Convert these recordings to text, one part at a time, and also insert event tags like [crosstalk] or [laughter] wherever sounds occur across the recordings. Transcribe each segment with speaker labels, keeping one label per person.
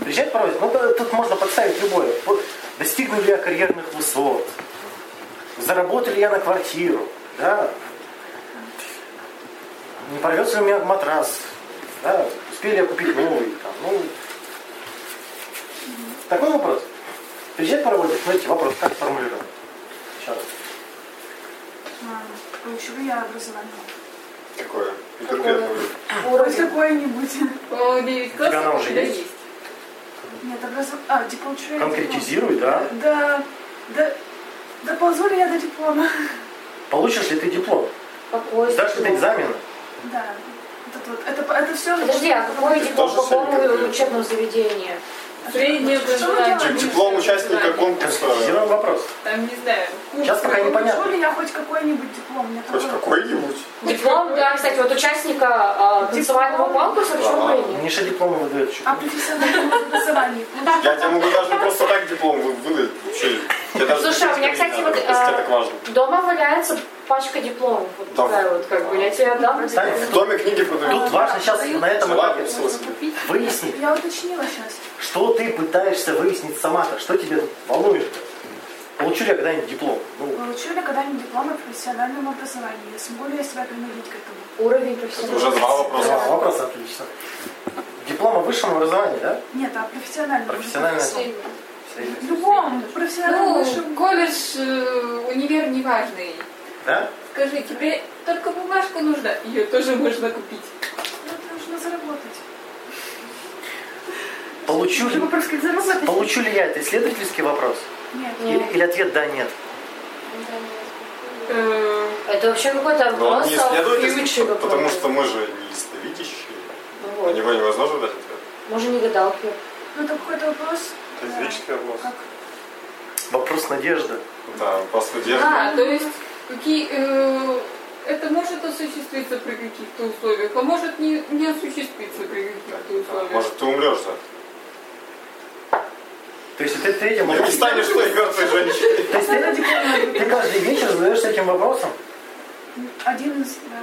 Speaker 1: приезжать проводить, ну да, тут можно подставить любое. Вот, Достигну ли я карьерных высот, заработал ли я на квартиру, да, не порвется ли у меня матрас, да, успели я купить новый, там, ну, такой вопрос. Приезжать проводить, смотрите, вопрос как сформулирован. Сейчас.
Speaker 2: А, Ключевые образования.
Speaker 3: Какое? Интерпретное.
Speaker 2: Хоть какое-нибудь.
Speaker 4: По 9
Speaker 1: тебя
Speaker 4: классов
Speaker 1: она
Speaker 4: у
Speaker 1: уже
Speaker 4: тебя
Speaker 1: есть?
Speaker 4: есть.
Speaker 2: Нет, образование. А, диплом чего я не
Speaker 1: Конкретизируй, да.
Speaker 2: знаю. Да, да, доползу ли я до диплома?
Speaker 1: Получишь ли ты диплом?
Speaker 4: Какой
Speaker 1: Сдашь ли ты
Speaker 4: диплом?
Speaker 1: экзамен?
Speaker 2: Да. Вот Это, вот, это, это все...
Speaker 5: Подожди, а какой диплом
Speaker 3: Тоже
Speaker 5: по какому
Speaker 3: среднее.
Speaker 5: учебному заведению?
Speaker 4: Среднее
Speaker 2: Что мы
Speaker 4: образование.
Speaker 2: делаем?
Speaker 3: Диплом участника конкурса.
Speaker 1: Конкретизируем вопрос.
Speaker 4: Там, не знаю, курс.
Speaker 1: Сейчас пока непонятно.
Speaker 2: Получу ли я хоть какой-нибудь диплом? Мне
Speaker 3: Хоть
Speaker 2: такое-
Speaker 3: какой-нибудь.
Speaker 5: Диплом, да, кстати, вот участника э, танцевального конкурса, почему
Speaker 3: Ага.
Speaker 5: бы и нет?
Speaker 1: Мне же диплом выдают. чё?
Speaker 2: А профессиональное образование.
Speaker 3: Я тебе могу даже не просто так диплом вы- выдать. Вообще, тебе даже
Speaker 5: Слушай, а у меня,
Speaker 3: не
Speaker 5: кстати,
Speaker 3: надо,
Speaker 5: вот,
Speaker 3: просто тебе
Speaker 5: э,
Speaker 3: так важно.
Speaker 5: Дома валяется пачка дипломов, вот
Speaker 3: Да.
Speaker 5: такая вот, как бы, я тебе отдам.
Speaker 1: Таня,
Speaker 3: В доме книги
Speaker 1: Тут
Speaker 3: подают.
Speaker 1: важно сейчас на этом этапе
Speaker 3: Желание в смысле.
Speaker 1: выяснить,
Speaker 2: Я уточнила сейчас.
Speaker 1: что ты пытаешься выяснить сама-то, что тебя волнует. Получу ли я когда-нибудь диплом? Ну,
Speaker 2: Получу ли я когда-нибудь диплом о профессиональном образовании? Смогу ли я себя принудить к этому?
Speaker 5: Уровень
Speaker 3: Это
Speaker 5: профессионала.
Speaker 3: уже два
Speaker 1: два
Speaker 3: вопроса.
Speaker 1: вопроса, отлично. Диплом о высшем образовании, да?
Speaker 2: Нет, а профессиональное
Speaker 1: Профессиональное.
Speaker 2: образование.
Speaker 1: Среднее.
Speaker 2: В любом профессиональном высшем.
Speaker 4: Ну, колледж, э, универ неважный.
Speaker 1: Да?
Speaker 4: Скажи, тебе только бумажка нужна, ее тоже можно купить.
Speaker 2: Это нужно заработать.
Speaker 1: Получу ли,
Speaker 2: Вопрос, как заработать?
Speaker 1: получу ли я это исследовательский вопрос?
Speaker 2: Нет.
Speaker 1: Или, или ответ да, нет.
Speaker 4: Э,
Speaker 5: Это вообще
Speaker 3: Но
Speaker 5: какой-то
Speaker 3: он
Speaker 5: вопрос
Speaker 3: Ну, не
Speaker 5: а,
Speaker 3: исследовательский,
Speaker 5: фьючер
Speaker 3: по- потому
Speaker 5: какой-то.
Speaker 3: что мы же не исследовищие.
Speaker 5: Ну,
Speaker 3: На
Speaker 5: вот.
Speaker 3: него невозможно дать ответ.
Speaker 5: Может, не гадалки.
Speaker 2: Ну, это какой-то вопрос.
Speaker 3: Это
Speaker 2: да,
Speaker 3: физический вопрос.
Speaker 2: Как?
Speaker 1: Вопрос надежды.
Speaker 3: Да, просто держит.
Speaker 4: А, то есть какие э, это может осуществиться при каких-то условиях, а может не, не осуществиться при каких-то условиях.
Speaker 3: Может, ты умрешь за
Speaker 1: То есть это третье
Speaker 3: это. Не
Speaker 1: вопрос.
Speaker 3: станешь той мертвой женщиной.
Speaker 1: То есть ты, ты каждый вечер задаешься этим вопросом.
Speaker 2: Один из... да.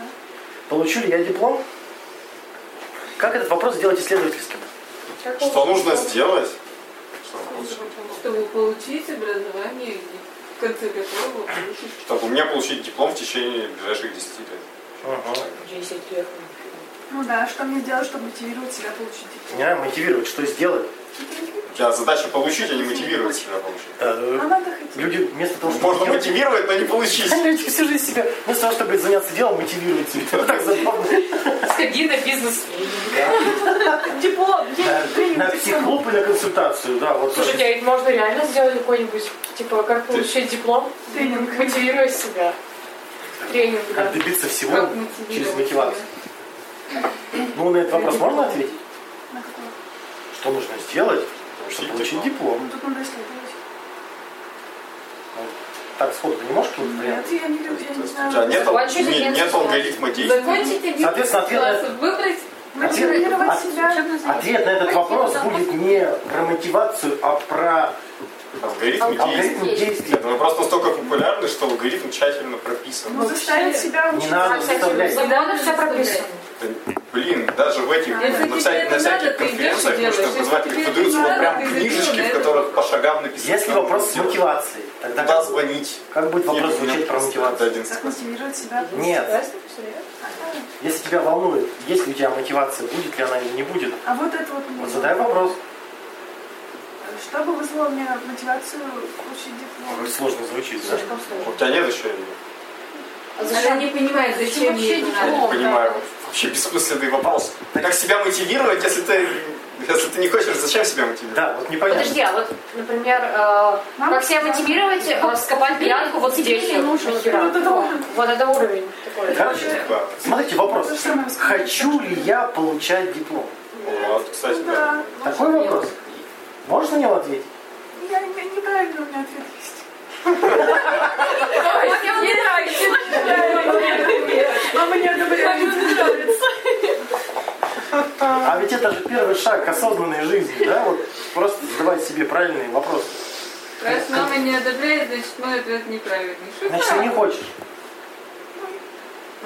Speaker 1: Получу ли я диплом? Как этот вопрос сделать исследовательским?
Speaker 5: Как
Speaker 3: Что
Speaker 5: он-
Speaker 3: нужно сделать? чтобы получить?
Speaker 4: Чтобы получить образование, и в конце которого получишь.
Speaker 3: Чтобы у меня получить диплом в течение ближайших 10 лет.
Speaker 1: Угу.
Speaker 5: 10 лет.
Speaker 2: Ну да, что мне сделать, чтобы мотивировать себя получить диплом?
Speaker 1: Меня мотивирует, что сделать.
Speaker 3: У тебя задача получить, а не мотивировать себя получить.
Speaker 1: Э,
Speaker 2: А надо хотеть.
Speaker 1: Люди вместо того, чтобы
Speaker 3: Можно
Speaker 1: делать,
Speaker 3: мотивировать, но не получить.
Speaker 1: люди [laughs] всю жизнь себя, вместо того, чтобы заняться делом, мотивируют [laughs] себя. Это так забавно.
Speaker 5: Сходи на бизнес.
Speaker 2: Диплом!
Speaker 1: На-
Speaker 2: Есть,
Speaker 1: На
Speaker 2: диплом.
Speaker 1: психлоп и на консультацию, да, вот.
Speaker 5: Слушайте, а ведь можно реально сделать какой-нибудь, типа, как получить диплом?
Speaker 2: Тренинг.
Speaker 5: Мотивируя себя. Тренинг, да.
Speaker 1: Как добиться всего
Speaker 4: Как мотивировать
Speaker 1: Ну, через
Speaker 4: себя?
Speaker 1: мотивацию. Ну, на этот вопрос можно ответить?
Speaker 2: На какого?
Speaker 1: Что нужно сделать, чтобы
Speaker 3: Получить
Speaker 1: получить
Speaker 3: диплом.
Speaker 2: Ну,
Speaker 1: диплом?
Speaker 2: тут надо исследовать.
Speaker 1: Так, сходу, не можешь какой-нибудь вариант?
Speaker 2: Нет, я не люблю, я
Speaker 3: То
Speaker 2: не знаю.
Speaker 3: есть У тебя нет, ал-
Speaker 5: Закончить
Speaker 3: не-
Speaker 5: агентство.
Speaker 3: нет алгоритма действий.
Speaker 4: Закончить один
Speaker 1: Соответственно, ответ на
Speaker 4: класс, выбрать
Speaker 2: Мотивировать
Speaker 1: Ответ-
Speaker 2: себя.
Speaker 1: Ответ на этот вопрос будет не про мотивацию, а про
Speaker 3: Алгоритм действий.
Speaker 1: алгоритм действий.
Speaker 3: Этот вопрос настолько популярный, что алгоритм тщательно прописан.
Speaker 2: Ну, заставить себя
Speaker 1: Не
Speaker 2: учиться.
Speaker 1: надо
Speaker 5: А, кстати, в
Speaker 1: заставлять.
Speaker 5: законе все прописано.
Speaker 3: Да, Блин, даже в этих,
Speaker 4: Если
Speaker 3: на
Speaker 4: тебе
Speaker 3: всяких,
Speaker 4: это
Speaker 3: на всяких
Speaker 4: надо, ты идешь и
Speaker 3: конференциях, ну,
Speaker 4: делаешь.
Speaker 3: нужно
Speaker 4: Если
Speaker 3: позвать
Speaker 4: тебе
Speaker 3: преподуются
Speaker 4: это
Speaker 3: вот
Speaker 4: надо,
Speaker 3: прям
Speaker 4: ты идешь и
Speaker 3: книжечки, в
Speaker 4: делаешь.
Speaker 3: которых по шагам написано.
Speaker 1: Если
Speaker 3: что
Speaker 1: вопрос с
Speaker 3: делать.
Speaker 1: мотивацией, тогда
Speaker 3: Куда
Speaker 1: как,
Speaker 3: звонить?
Speaker 1: как будет вопрос
Speaker 3: Нет, у меня
Speaker 1: звучать про
Speaker 3: просто
Speaker 1: мотивацию?
Speaker 3: один
Speaker 2: Как
Speaker 3: сказал.
Speaker 2: мотивировать себя.
Speaker 1: Нет,
Speaker 5: Серьезно? Серьезно?
Speaker 1: если тебя волнует, есть ли у тебя мотивация, будет ли она или не будет,
Speaker 2: А вот это вот... мне
Speaker 1: вот
Speaker 2: нужно.
Speaker 1: задай вопрос.
Speaker 2: Что бы вызвало мне мотивацию получить диплом? Ну
Speaker 1: Может, сложно звучит, да?
Speaker 5: Слишком
Speaker 3: У
Speaker 5: сложно.
Speaker 3: тебя нет еще или?
Speaker 5: А
Speaker 4: Она
Speaker 5: зачем?
Speaker 4: не понимает, зачем
Speaker 5: Вообще
Speaker 4: ей это
Speaker 3: Я
Speaker 4: надо.
Speaker 3: не понимаю. Вообще бессмысленный вопрос. Как себя мотивировать, если ты, если ты не хочешь, зачем себя мотивировать?
Speaker 1: Да, вот непонятно.
Speaker 5: Подожди, а вот, например, э,
Speaker 2: Нам
Speaker 5: как себя мотивировать э, скопать грядку вот здесь?
Speaker 2: тебе
Speaker 5: Вот
Speaker 2: нужно. Вот это уровень.
Speaker 5: Вот это уровень такой.
Speaker 1: Короче,
Speaker 3: Да.
Speaker 1: смотрите,
Speaker 2: То же
Speaker 1: вопрос.
Speaker 2: самое сказать.
Speaker 1: Хочу ли я получать диплом?
Speaker 3: Вот, кстати, да.
Speaker 2: Да.
Speaker 1: Такой вопрос. Можешь на него ответить?
Speaker 2: Я я неправильно у меня ответ есть.
Speaker 4: Ой, всем не нравится.
Speaker 2: А мне одобряют.
Speaker 1: А ведь это же первый шаг к осознанной жизни, да? Вот просто задавать себе правильные вопросы.
Speaker 4: Раз мама не одобряет, значит мой ответ неправильный. Что
Speaker 1: Значит, Ну, ты не хочешь.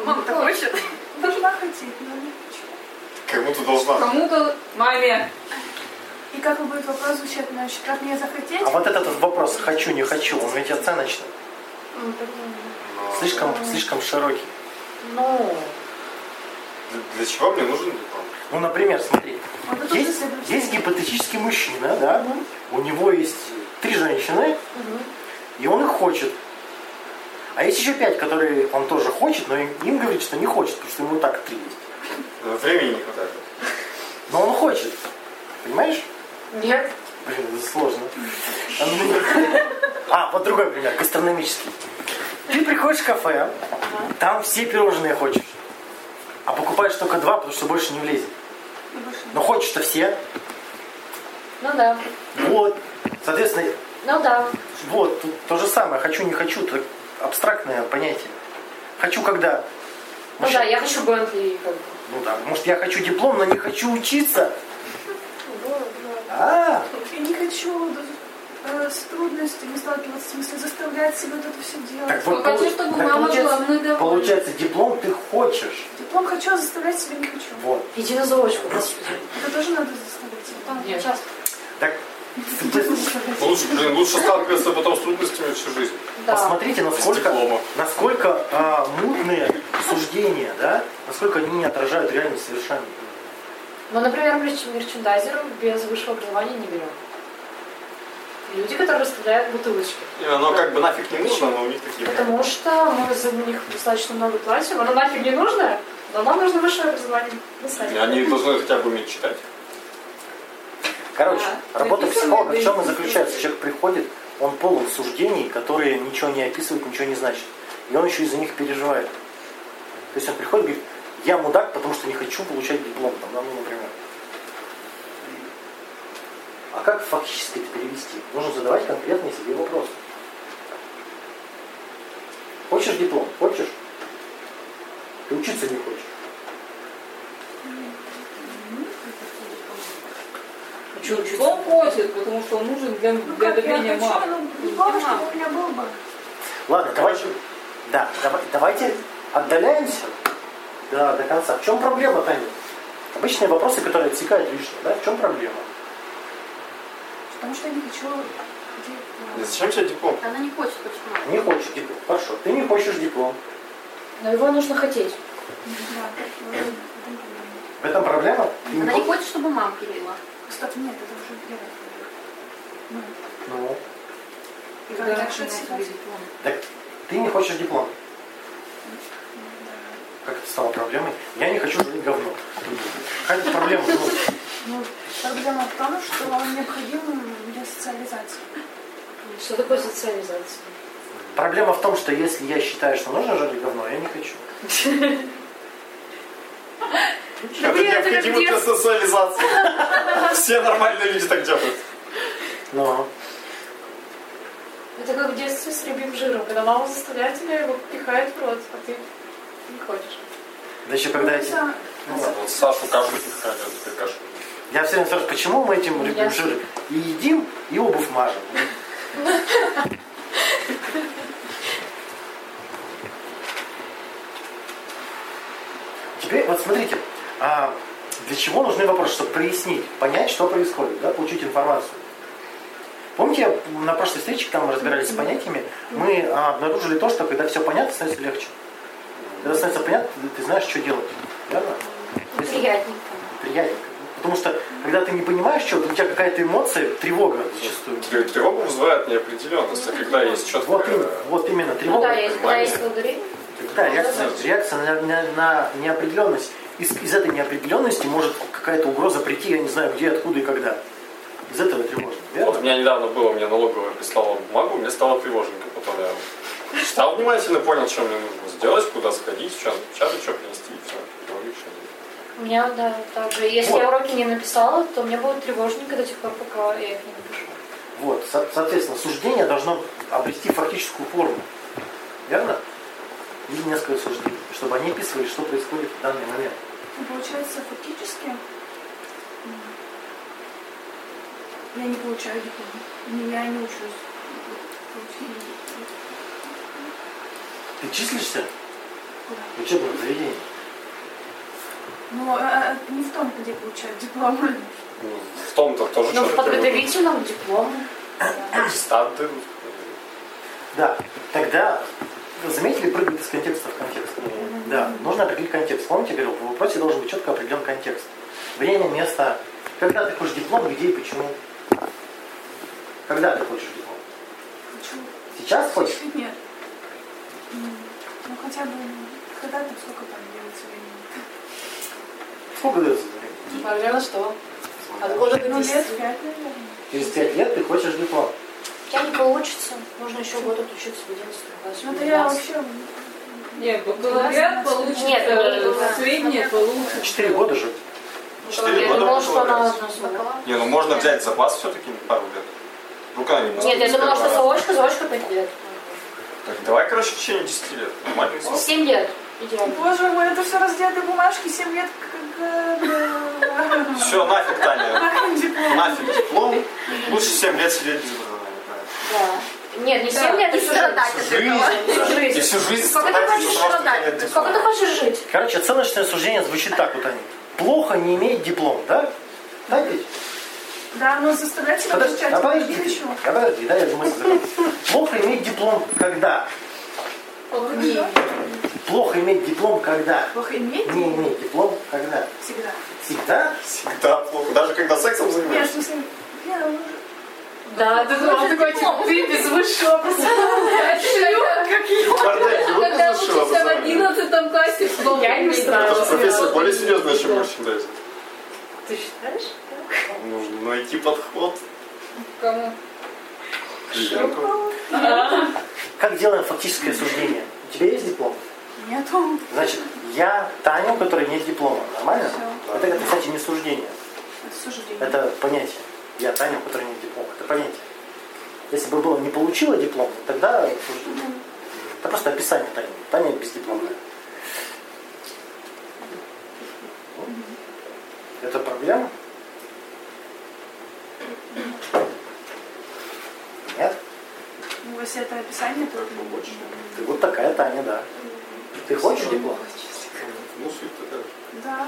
Speaker 4: Мама, ты хочешь?
Speaker 2: Должна хотеть, но не хочу.
Speaker 3: Как будто должна.
Speaker 4: Кому-то... Маме.
Speaker 2: И как вы будет вопрос звучать, значит, как мне захотеть?
Speaker 1: А вот этот вот вопрос «хочу, не хочу», он ведь оценочный.
Speaker 3: Но
Speaker 1: Слишком, слишком широкий.
Speaker 5: Ну,
Speaker 3: Для, для чего мне нужен диплом?
Speaker 1: Ну, например, смотри,
Speaker 2: Вот это уже
Speaker 1: есть,
Speaker 2: А следующий.
Speaker 1: есть гипотетический мужчина, да, у него есть три женщины, и он их хочет. А есть еще пять, которые он тоже хочет, но им, им говорит, что не хочет, потому что ему и так три есть.
Speaker 3: Э, Времени не хватает.
Speaker 1: Но он хочет. Понимаешь?
Speaker 5: нет.
Speaker 1: Блин, это сложно. А, ну- А, вот другой пример, гастрономический. Ты приходишь в кафе, там все пирожные хочешь. А покупаешь только два, потому что больше не влезет.
Speaker 2: И больше
Speaker 1: Но хочешь-то все.
Speaker 5: Ну да.
Speaker 1: Вот. Соответственно,
Speaker 5: Ну да.
Speaker 1: вот, тут то же самое. Хочу, не хочу, это абстрактное понятие. Хочу, когда...
Speaker 5: Ну да, я хочу Бентли. как бы.
Speaker 1: Ну да, может, я хочу диплом, но не хочу учиться.
Speaker 2: не-
Speaker 1: А,
Speaker 2: Я не хочу э, с трудностями сталкиваться, в смысле заставлять себя вот это все делать.
Speaker 1: так вот,
Speaker 4: Хочу,
Speaker 1: полу- так
Speaker 4: чтобы мама была
Speaker 1: получается,
Speaker 4: мной довольна.
Speaker 1: получается, диплом ты хочешь.
Speaker 2: Диплом хочу, а заставлять себя не хочу.
Speaker 1: Вот.
Speaker 5: Иди на заочку, господи.
Speaker 2: Это тоже надо заставлять себя. Там типа,
Speaker 5: Нет.
Speaker 2: часто.
Speaker 1: Так,
Speaker 2: Диплом заставлять.
Speaker 3: Ну, Лучше, блин, лучше сталкиваться потом с трудностями всю жизнь.
Speaker 5: Да.
Speaker 1: Посмотрите, насколько,
Speaker 3: диплома.
Speaker 1: насколько а, мутные суждения, да, насколько они не отражают реальность совершенно.
Speaker 5: Но, например, мерч- мерчендайзеров без высшего образования не берем. Люди, которые расставляют бутылочки.
Speaker 3: И оно как бы нафиг не нужно, но у них такие...
Speaker 5: Потому что мы за них достаточно много платим. Оно нафиг не нужно, но нам нужно высшее образование. Мы сами.
Speaker 3: Они должны хотя бы уметь читать.
Speaker 1: Короче,
Speaker 4: Да.
Speaker 1: работа
Speaker 4: Написано,
Speaker 1: психолога
Speaker 4: да,
Speaker 1: в чем и
Speaker 4: и
Speaker 1: заключается?
Speaker 4: действует.
Speaker 1: Человек приходит, он полон суждений, которые ничего не описывают, ничего не значат. И он еще из-за них переживает. То есть он приходит и говорит, я мудак, потому что не хочу получать диплом, там, да, ну, например. А как фактически это перевести? Нужно задавать конкретные себе вопросы. Хочешь диплом? Хочешь? Ты учиться не хочешь.
Speaker 5: Хочу учиться.
Speaker 4: Он хочет, потому что он нужен для,
Speaker 2: Ну
Speaker 4: для
Speaker 2: как, я
Speaker 4: добения
Speaker 2: хочу,
Speaker 4: мамы.
Speaker 2: но не главное, чтобы у меня был бы.
Speaker 1: Ладно, давайте. Да, давай- давайте отдаляемся да, до конца. В чем проблема, Таня? Обычные вопросы, которые отсекают лишнее, да? В чем проблема?
Speaker 2: Потому что я не хочу...
Speaker 3: Да
Speaker 2: диплом.
Speaker 3: Зачем тебе диплом?
Speaker 4: Она не хочет, почему?
Speaker 1: Не хочешь диплом. Хорошо, ты не хочешь диплом.
Speaker 5: Но его нужно хотеть.
Speaker 2: Да, э, в этом
Speaker 1: В
Speaker 2: проблема.
Speaker 1: этом проблема? Ты не хочешь?
Speaker 4: хочет, чтобы мама пилила.
Speaker 2: Стоп, нет, это уже я. Ну,
Speaker 1: Ну,
Speaker 2: и как
Speaker 4: Да,
Speaker 2: дальше
Speaker 4: она
Speaker 2: отсекать?
Speaker 4: тебе диплом.
Speaker 1: так ты не хочешь диплом. Как это стало проблемой? Я не хочу жить говно. Как это проблема? Ну,
Speaker 2: Ну, проблема в том, что он необходим для социализации.
Speaker 5: Что такое социализация?
Speaker 1: проблема в том, что если я считаю, что нужно жить говно, я не хочу.
Speaker 3: Это необходимо для социализации. Все нормальные люди так делают.
Speaker 1: Но
Speaker 5: Это как в детстве с рыбьим жиром, когда мама заставляет тебя его пихает в рот, а ты не хочешь.
Speaker 1: да еще когда эти...
Speaker 2: Да.
Speaker 1: Ну ладно.
Speaker 3: Вот Сашу кашу пихали, а теперь кашу.
Speaker 1: Я все время спрашиваю, почему мы этим любим жир и едим, и обувь мажем. Теперь вот смотрите, а, для чего нужны вопросы, чтобы прояснить, понять, что происходит, да, получить информацию. Помните, на прошлой встрече, когда мы разбирались с понятиями, мы а, обнаружили то, что когда все понятно, становится легче. Когда становится понятно, ты- ты знаешь, что делать. Верно? Если-
Speaker 5: Приятненько.
Speaker 1: приятненько. Потому что, когда ты не понимаешь чего, у тебя какая-то эмоция, тревога зачастую.
Speaker 3: Трё- Тревогу вызывает неопределенность, а когда есть четкое...
Speaker 1: Вот, им- вот именно,
Speaker 5: Ну
Speaker 1: тревога.
Speaker 5: да, если когда есть ударение.
Speaker 1: Да, реакция, реакция на, на- на неопределенность. Из, из этой неопределенности может какая-то угроза прийти, я не знаю где, откуда и когда. Из этого тревожно,
Speaker 3: Вот у
Speaker 1: верно?
Speaker 3: меня недавно было, мне налоговая прислала бумагу, мне стало тревожненько. Потом я читал внимательно, понял, что мне нужно сделать, куда сходить, что напечатать, что принести, и все.
Speaker 5: У меня, да, так же. Если
Speaker 1: Вот.
Speaker 5: я уроки не написала, то мне будет тревожненько до тех пор, пока я их не напишу.
Speaker 1: Вот, со- соответственно, суждение должно обрести фактическую форму. Верно? Или несколько суждений, чтобы они описывали, что происходит в данный момент.
Speaker 2: Ну, Получается, фактически м, я не получаю диплом. Не, Я не учусь. Получили.
Speaker 1: Ты числишься
Speaker 2: Куда?
Speaker 1: в учебном заведении?
Speaker 2: Ну, а, а, не в том, где получают диплом.
Speaker 3: Ну, В том-то тоже
Speaker 5: Ну, в
Speaker 3: человек выбрал.
Speaker 5: подготовительном диплом.
Speaker 3: Аттестат дают. ну,
Speaker 1: Да, тогда ну, заметили, прыгает из контекста в контекст. Да, нужно определить контекст. Помните, я говорил, в вопросе должен быть четко определен контекст. Время, место. Когда ты хочешь диплом, где и почему? Когда ты хочешь диплом?
Speaker 2: Хочу.
Speaker 1: Сейчас хочешь?
Speaker 2: Нет. М, Ну, хотя бы, когда там, сколько там делается времени?
Speaker 1: Сколько дается?
Speaker 5: Наверное, что? От
Speaker 1: время?
Speaker 5: года до
Speaker 2: Ну, лет
Speaker 5: 10.
Speaker 2: пять, наверное.
Speaker 1: Через пять лет ты хочешь диплом.
Speaker 5: Я не получится. Нужно еще год отучиться в 11 классе.
Speaker 2: Ну, это я
Speaker 5: 12.
Speaker 2: вообще...
Speaker 4: Нет, бакалавриат получится,
Speaker 5: Нет, это не было.
Speaker 4: среднее получится.
Speaker 1: Четыре года же.
Speaker 3: Четыре
Speaker 5: Я
Speaker 3: года
Speaker 5: думала, что она
Speaker 3: бакалавриат.
Speaker 5: одна сдала.
Speaker 3: Не, ну можно взять запас все-таки на пару лет. Ну, Рука не
Speaker 5: Нет, я
Speaker 3: поступит
Speaker 5: думала,
Speaker 3: первый
Speaker 5: что
Speaker 3: раз.
Speaker 5: заочка, заочка 5 лет.
Speaker 3: Так давай, короче, в течение 10 лет. Нормальный срок.
Speaker 5: 7 лет. Идеально.
Speaker 2: Боже мой, это все раздетые бумажки, 7 лет как... э,
Speaker 3: Все, нафиг, Таня.
Speaker 2: диплом.
Speaker 3: Нафиг диплом. Лучше 7 лет сидеть без образования.
Speaker 5: Да. Нет, не
Speaker 4: Да,
Speaker 5: 7 лет,
Speaker 6: и
Speaker 5: а всю
Speaker 6: страдать
Speaker 5: жизнь.
Speaker 6: от
Speaker 3: правильно?
Speaker 5: Всю
Speaker 3: Жизнь. да.
Speaker 5: жизнь.
Speaker 3: И всю жизнь
Speaker 6: Сколько ты
Speaker 3: страдать
Speaker 6: хочешь
Speaker 3: из-за того, что у тебя
Speaker 6: страдать?
Speaker 3: нет диплома.
Speaker 5: Сколько ты хочешь жить?
Speaker 1: Короче, оценочное суждение звучит так вот, Аня. Плохо не иметь диплом, да? Да, Петь?
Speaker 2: Да, но заставлять себя
Speaker 1: Подожди,
Speaker 2: кричать.
Speaker 1: да
Speaker 2: Не
Speaker 1: подожди,
Speaker 2: хочу.
Speaker 1: да подожди, да, я думаю, плохо иметь диплом, когда?
Speaker 4: Половина.
Speaker 1: Плохо иметь диплом, когда?
Speaker 2: Плохо иметь?
Speaker 1: Не иметь диплом, когда?
Speaker 2: Всегда.
Speaker 1: Всегда?
Speaker 3: Всегда плохо. Даже когда сексом
Speaker 2: Нет, в
Speaker 3: занимаешься.
Speaker 2: смысле... не, ну,
Speaker 5: Да,
Speaker 4: ты думала, такой, типа, ты без высшего образования. Как я.
Speaker 3: Бардак, ну,
Speaker 4: Когда
Speaker 3: без высшего
Speaker 4: учишься в
Speaker 3: образования.
Speaker 4: 11 классе, в
Speaker 5: Я не знаю.
Speaker 3: Это же профессия более
Speaker 5: Да.
Speaker 3: серьезная, чем мерчендайзинг.
Speaker 5: Ты считаешь?
Speaker 3: Нужно найти подход
Speaker 4: Кому?
Speaker 3: к клиенту.
Speaker 1: Как делаем фактическое суждение? У тебя есть диплом?
Speaker 2: Нету.
Speaker 1: Значит, я Таня, у которой нет диплома. Нормально?
Speaker 2: Всё.
Speaker 1: Это, это, кстати, не суждение.
Speaker 2: Это суждение.
Speaker 1: Это понятие. Я Таня, у которой нет диплома. Это понятие. Если бы было не получила диплом, тогда это суждение. Это просто описание Тани. Таня без диплома. Это проблема? Нет?
Speaker 2: Ну, если это описание, то...
Speaker 1: Ты вот такая Таня, да. Ты хочешь диплом?
Speaker 3: Ну, суть такая.
Speaker 2: Да.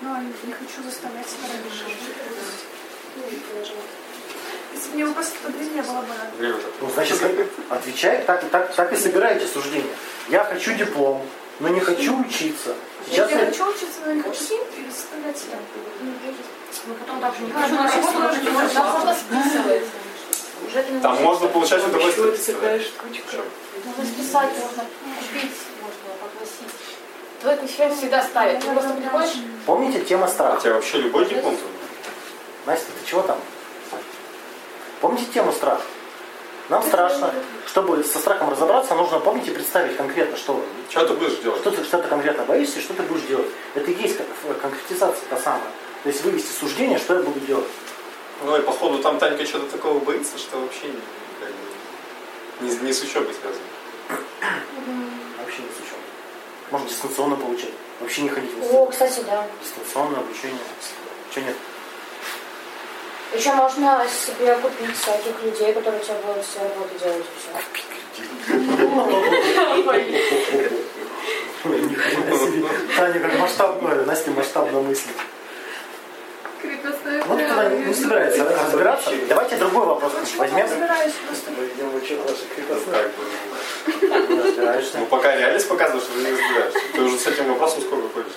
Speaker 2: Но не хочу заставлять себя работать. Если бы мне его просто под дверь не было бы...
Speaker 3: Время так.
Speaker 1: Ну, значит, отвечай, так, так, так и собираете суждения. Я хочу диплом, но не хочу учиться. Сейчас
Speaker 2: я
Speaker 1: я...
Speaker 2: хочу учиться, но не хочу и заставлять себя.
Speaker 5: Ну, потом так же не
Speaker 2: Ладно,
Speaker 5: на работу,
Speaker 2: сейчас
Speaker 5: потому
Speaker 2: можно
Speaker 5: что можно
Speaker 2: сначала.
Speaker 5: можно списывать. Уже ты не
Speaker 3: Там
Speaker 5: можешь.
Speaker 3: можно получать удовольствие.
Speaker 6: штучка.
Speaker 3: Чем?
Speaker 5: Можно Ну, списать, можно купить, можно попросить. Твой консилиум всегда ставит. Ты просто приходишь,
Speaker 1: Помните тема
Speaker 3: А
Speaker 1: страха?
Speaker 3: тебе вообще любой диплом там?
Speaker 1: Настя, ты чего там? Помните тему страха? Нам страшно. Чтобы со страхом разобраться, нужно помнить и представить конкретно, что,
Speaker 3: Что ты будешь делать?
Speaker 1: что, ты, что ты конкретно боишься и что ты будешь делать. Это и есть кон- конкретизация та самая. То есть вывести суждение, что я буду делать.
Speaker 3: Ну и походу там Танька что-то такого боится, что вообще не, как бы, не, не с учебой связано.
Speaker 1: Вообще ни с чем. Можно дистанционно получать. Вообще не ходить в
Speaker 5: О,
Speaker 1: институт.
Speaker 5: кстати, да.
Speaker 1: Дистанционное обучение. Чего нет?
Speaker 5: Еще можно себе купить всяких людей, которые тебе будут все работу делать. и
Speaker 1: [laughs] Ой, ни хрена себе. Таня как масштабно, Настя масштабно мыслит.
Speaker 4: Крепостная
Speaker 1: Ну, ты туда не не собирается разбираться. Давайте другой вопрос
Speaker 2: Почему
Speaker 1: возьмем.
Speaker 2: разбираюсь просто?
Speaker 3: Ну, как бы,
Speaker 1: Не разбираешься.
Speaker 3: ну пока реальность показывает, что ты не разбираешься. Ты уже с этим вопросом сколько ходишь?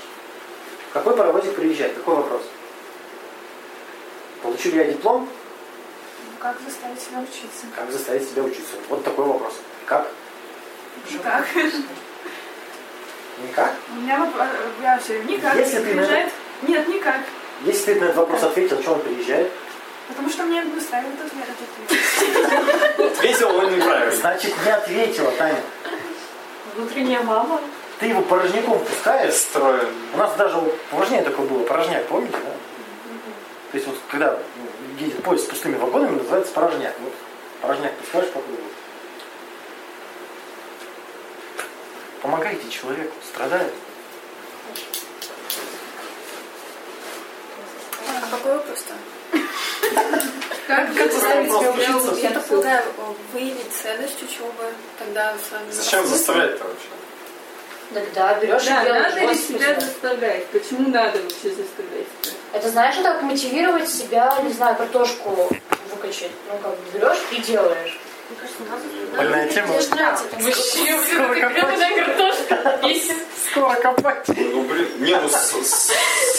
Speaker 1: Какой паровозик приезжает? Какой вопрос? Получу ли я диплом?
Speaker 2: Как заставить себя учиться?
Speaker 1: Как заставить себя учиться? Вот такой вопрос. Как?
Speaker 2: Никак.
Speaker 1: Никак?
Speaker 2: У меня вопрос... Я все никак.
Speaker 1: Если ты на-
Speaker 2: Приезжает? Нет, никак.
Speaker 1: Если ты на этот вопрос ответил, что он приезжает,
Speaker 2: Потому что мне не ставили этот ответ. этот ответ.
Speaker 3: Ответил он неправильно.
Speaker 1: значит не ответила, Таня.
Speaker 5: Внутренняя мама.
Speaker 1: Ты его порожняком пускаешь,
Speaker 3: Строен.
Speaker 1: У нас даже вот порожнее такое было, порожняк, помните, да? То есть вот когда ну, едет поезд с пустыми вагонами, называется порожняк. Вот порожняк, представляешь, как было? Помогайте человеку, страдает.
Speaker 6: А какой вопрос-то?
Speaker 4: Как как заставить себя учиться?
Speaker 6: Я так полагаю, выявить ценность учебы, тогда с вами...
Speaker 3: Зачем заставлять-то вообще?
Speaker 5: Тогда берешь
Speaker 4: Да,
Speaker 5: и делаешь.
Speaker 4: надо ли
Speaker 5: Господи.
Speaker 4: себя заставлять? Почему надо вообще заставлять себя?
Speaker 5: Это знаешь, так мотивировать себя, не знаю, картошку выкачать. Ну, как бы берешь и делаешь. А
Speaker 6: Мне кажется, у нас
Speaker 5: ну,
Speaker 1: Больная тема.
Speaker 5: Вообще, блин, ты прям картошка бесит.
Speaker 1: Скоро копать.
Speaker 3: Ну, блин, не, ну, с- с-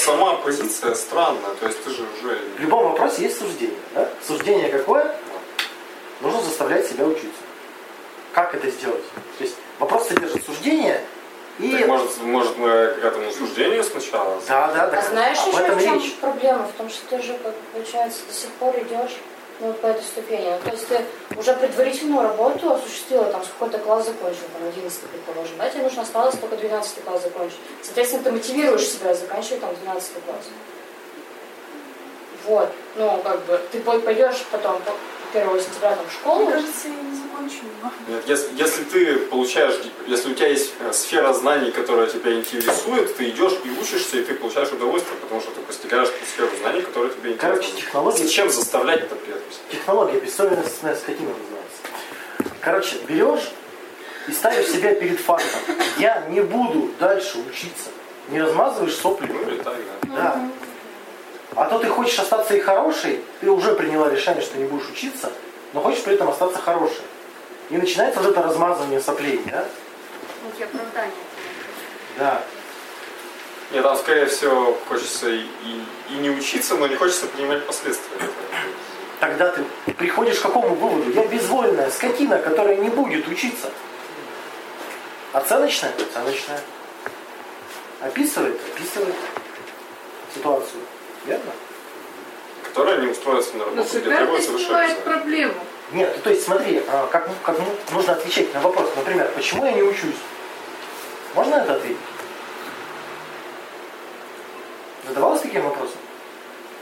Speaker 3: сама позиция странная, то есть ты же уже...
Speaker 1: В любом вопросе есть суждение. Да? Суждение какое? Нужно заставлять себя учиться. Как это сделать? То есть вопрос содержит суждение и...
Speaker 3: Так, может, может, мы к этому суждению сначала?
Speaker 1: Да, да, да.
Speaker 5: А знаешь
Speaker 1: об
Speaker 5: еще
Speaker 1: этом
Speaker 5: в чем
Speaker 1: речь.
Speaker 5: проблема? В том, что ты же, как бы, получается, до сих пор идешь ну, вот по этой ступени. Ну, то есть ты уже предварительную работу осуществила, там, с какой-то класс закончил, там, 11 предположим, да, тебе нужно осталось только 12 класс закончить. Соответственно, ты мотивируешь себя заканчивать там 12 класс. Вот, ну, как бы, ты пой- пойдешь потом по- 1 сентября там, в школу,
Speaker 2: Мне кажется, я не закончу его.
Speaker 3: Нет, если, если ты получаешь, ди- если у тебя есть э, сфера знаний, которая тебя интересует, ты идешь и учишься, и ты получаешь удовольствие, потому что ты постигаешь ту сферу знаний, которая тебе интересна.
Speaker 1: Короче, технологии-
Speaker 3: Зачем заставлять это при этом?
Speaker 1: Технология бессовестная скотина называется. Короче, берешь и ставишь себя перед фактом. Я не буду дальше учиться. Не размазываешь сопли.
Speaker 3: Ну или так, да.
Speaker 1: Да. А то ты хочешь остаться и хорошей, ты уже приняла решение, что не будешь учиться, но хочешь при этом остаться хорошей. И начинается вот это размазывание соплей, да?
Speaker 6: вот я оправдание.
Speaker 1: Да.
Speaker 3: Нет, там, скорее всего, хочется и, и- и не учиться, но не хочется принимать последствия.
Speaker 1: Тогда ты приходишь к какому выводу? Я безвольная скотина, которая не будет учиться. Оценочная? Оценочная. Описывает? Описывает ситуацию. Верно?
Speaker 3: Которая не устроится на
Speaker 2: Ну,
Speaker 4: Но
Speaker 3: работу, где
Speaker 4: шикарно
Speaker 3: требуется высшее
Speaker 4: снимает
Speaker 3: образование.
Speaker 4: проблему.
Speaker 1: Нет, ну, то есть смотри, а, как, как ну, нужно отвечать на вопрос, например, почему я не учусь? Можно это ответить? Задавалась таким вопросом?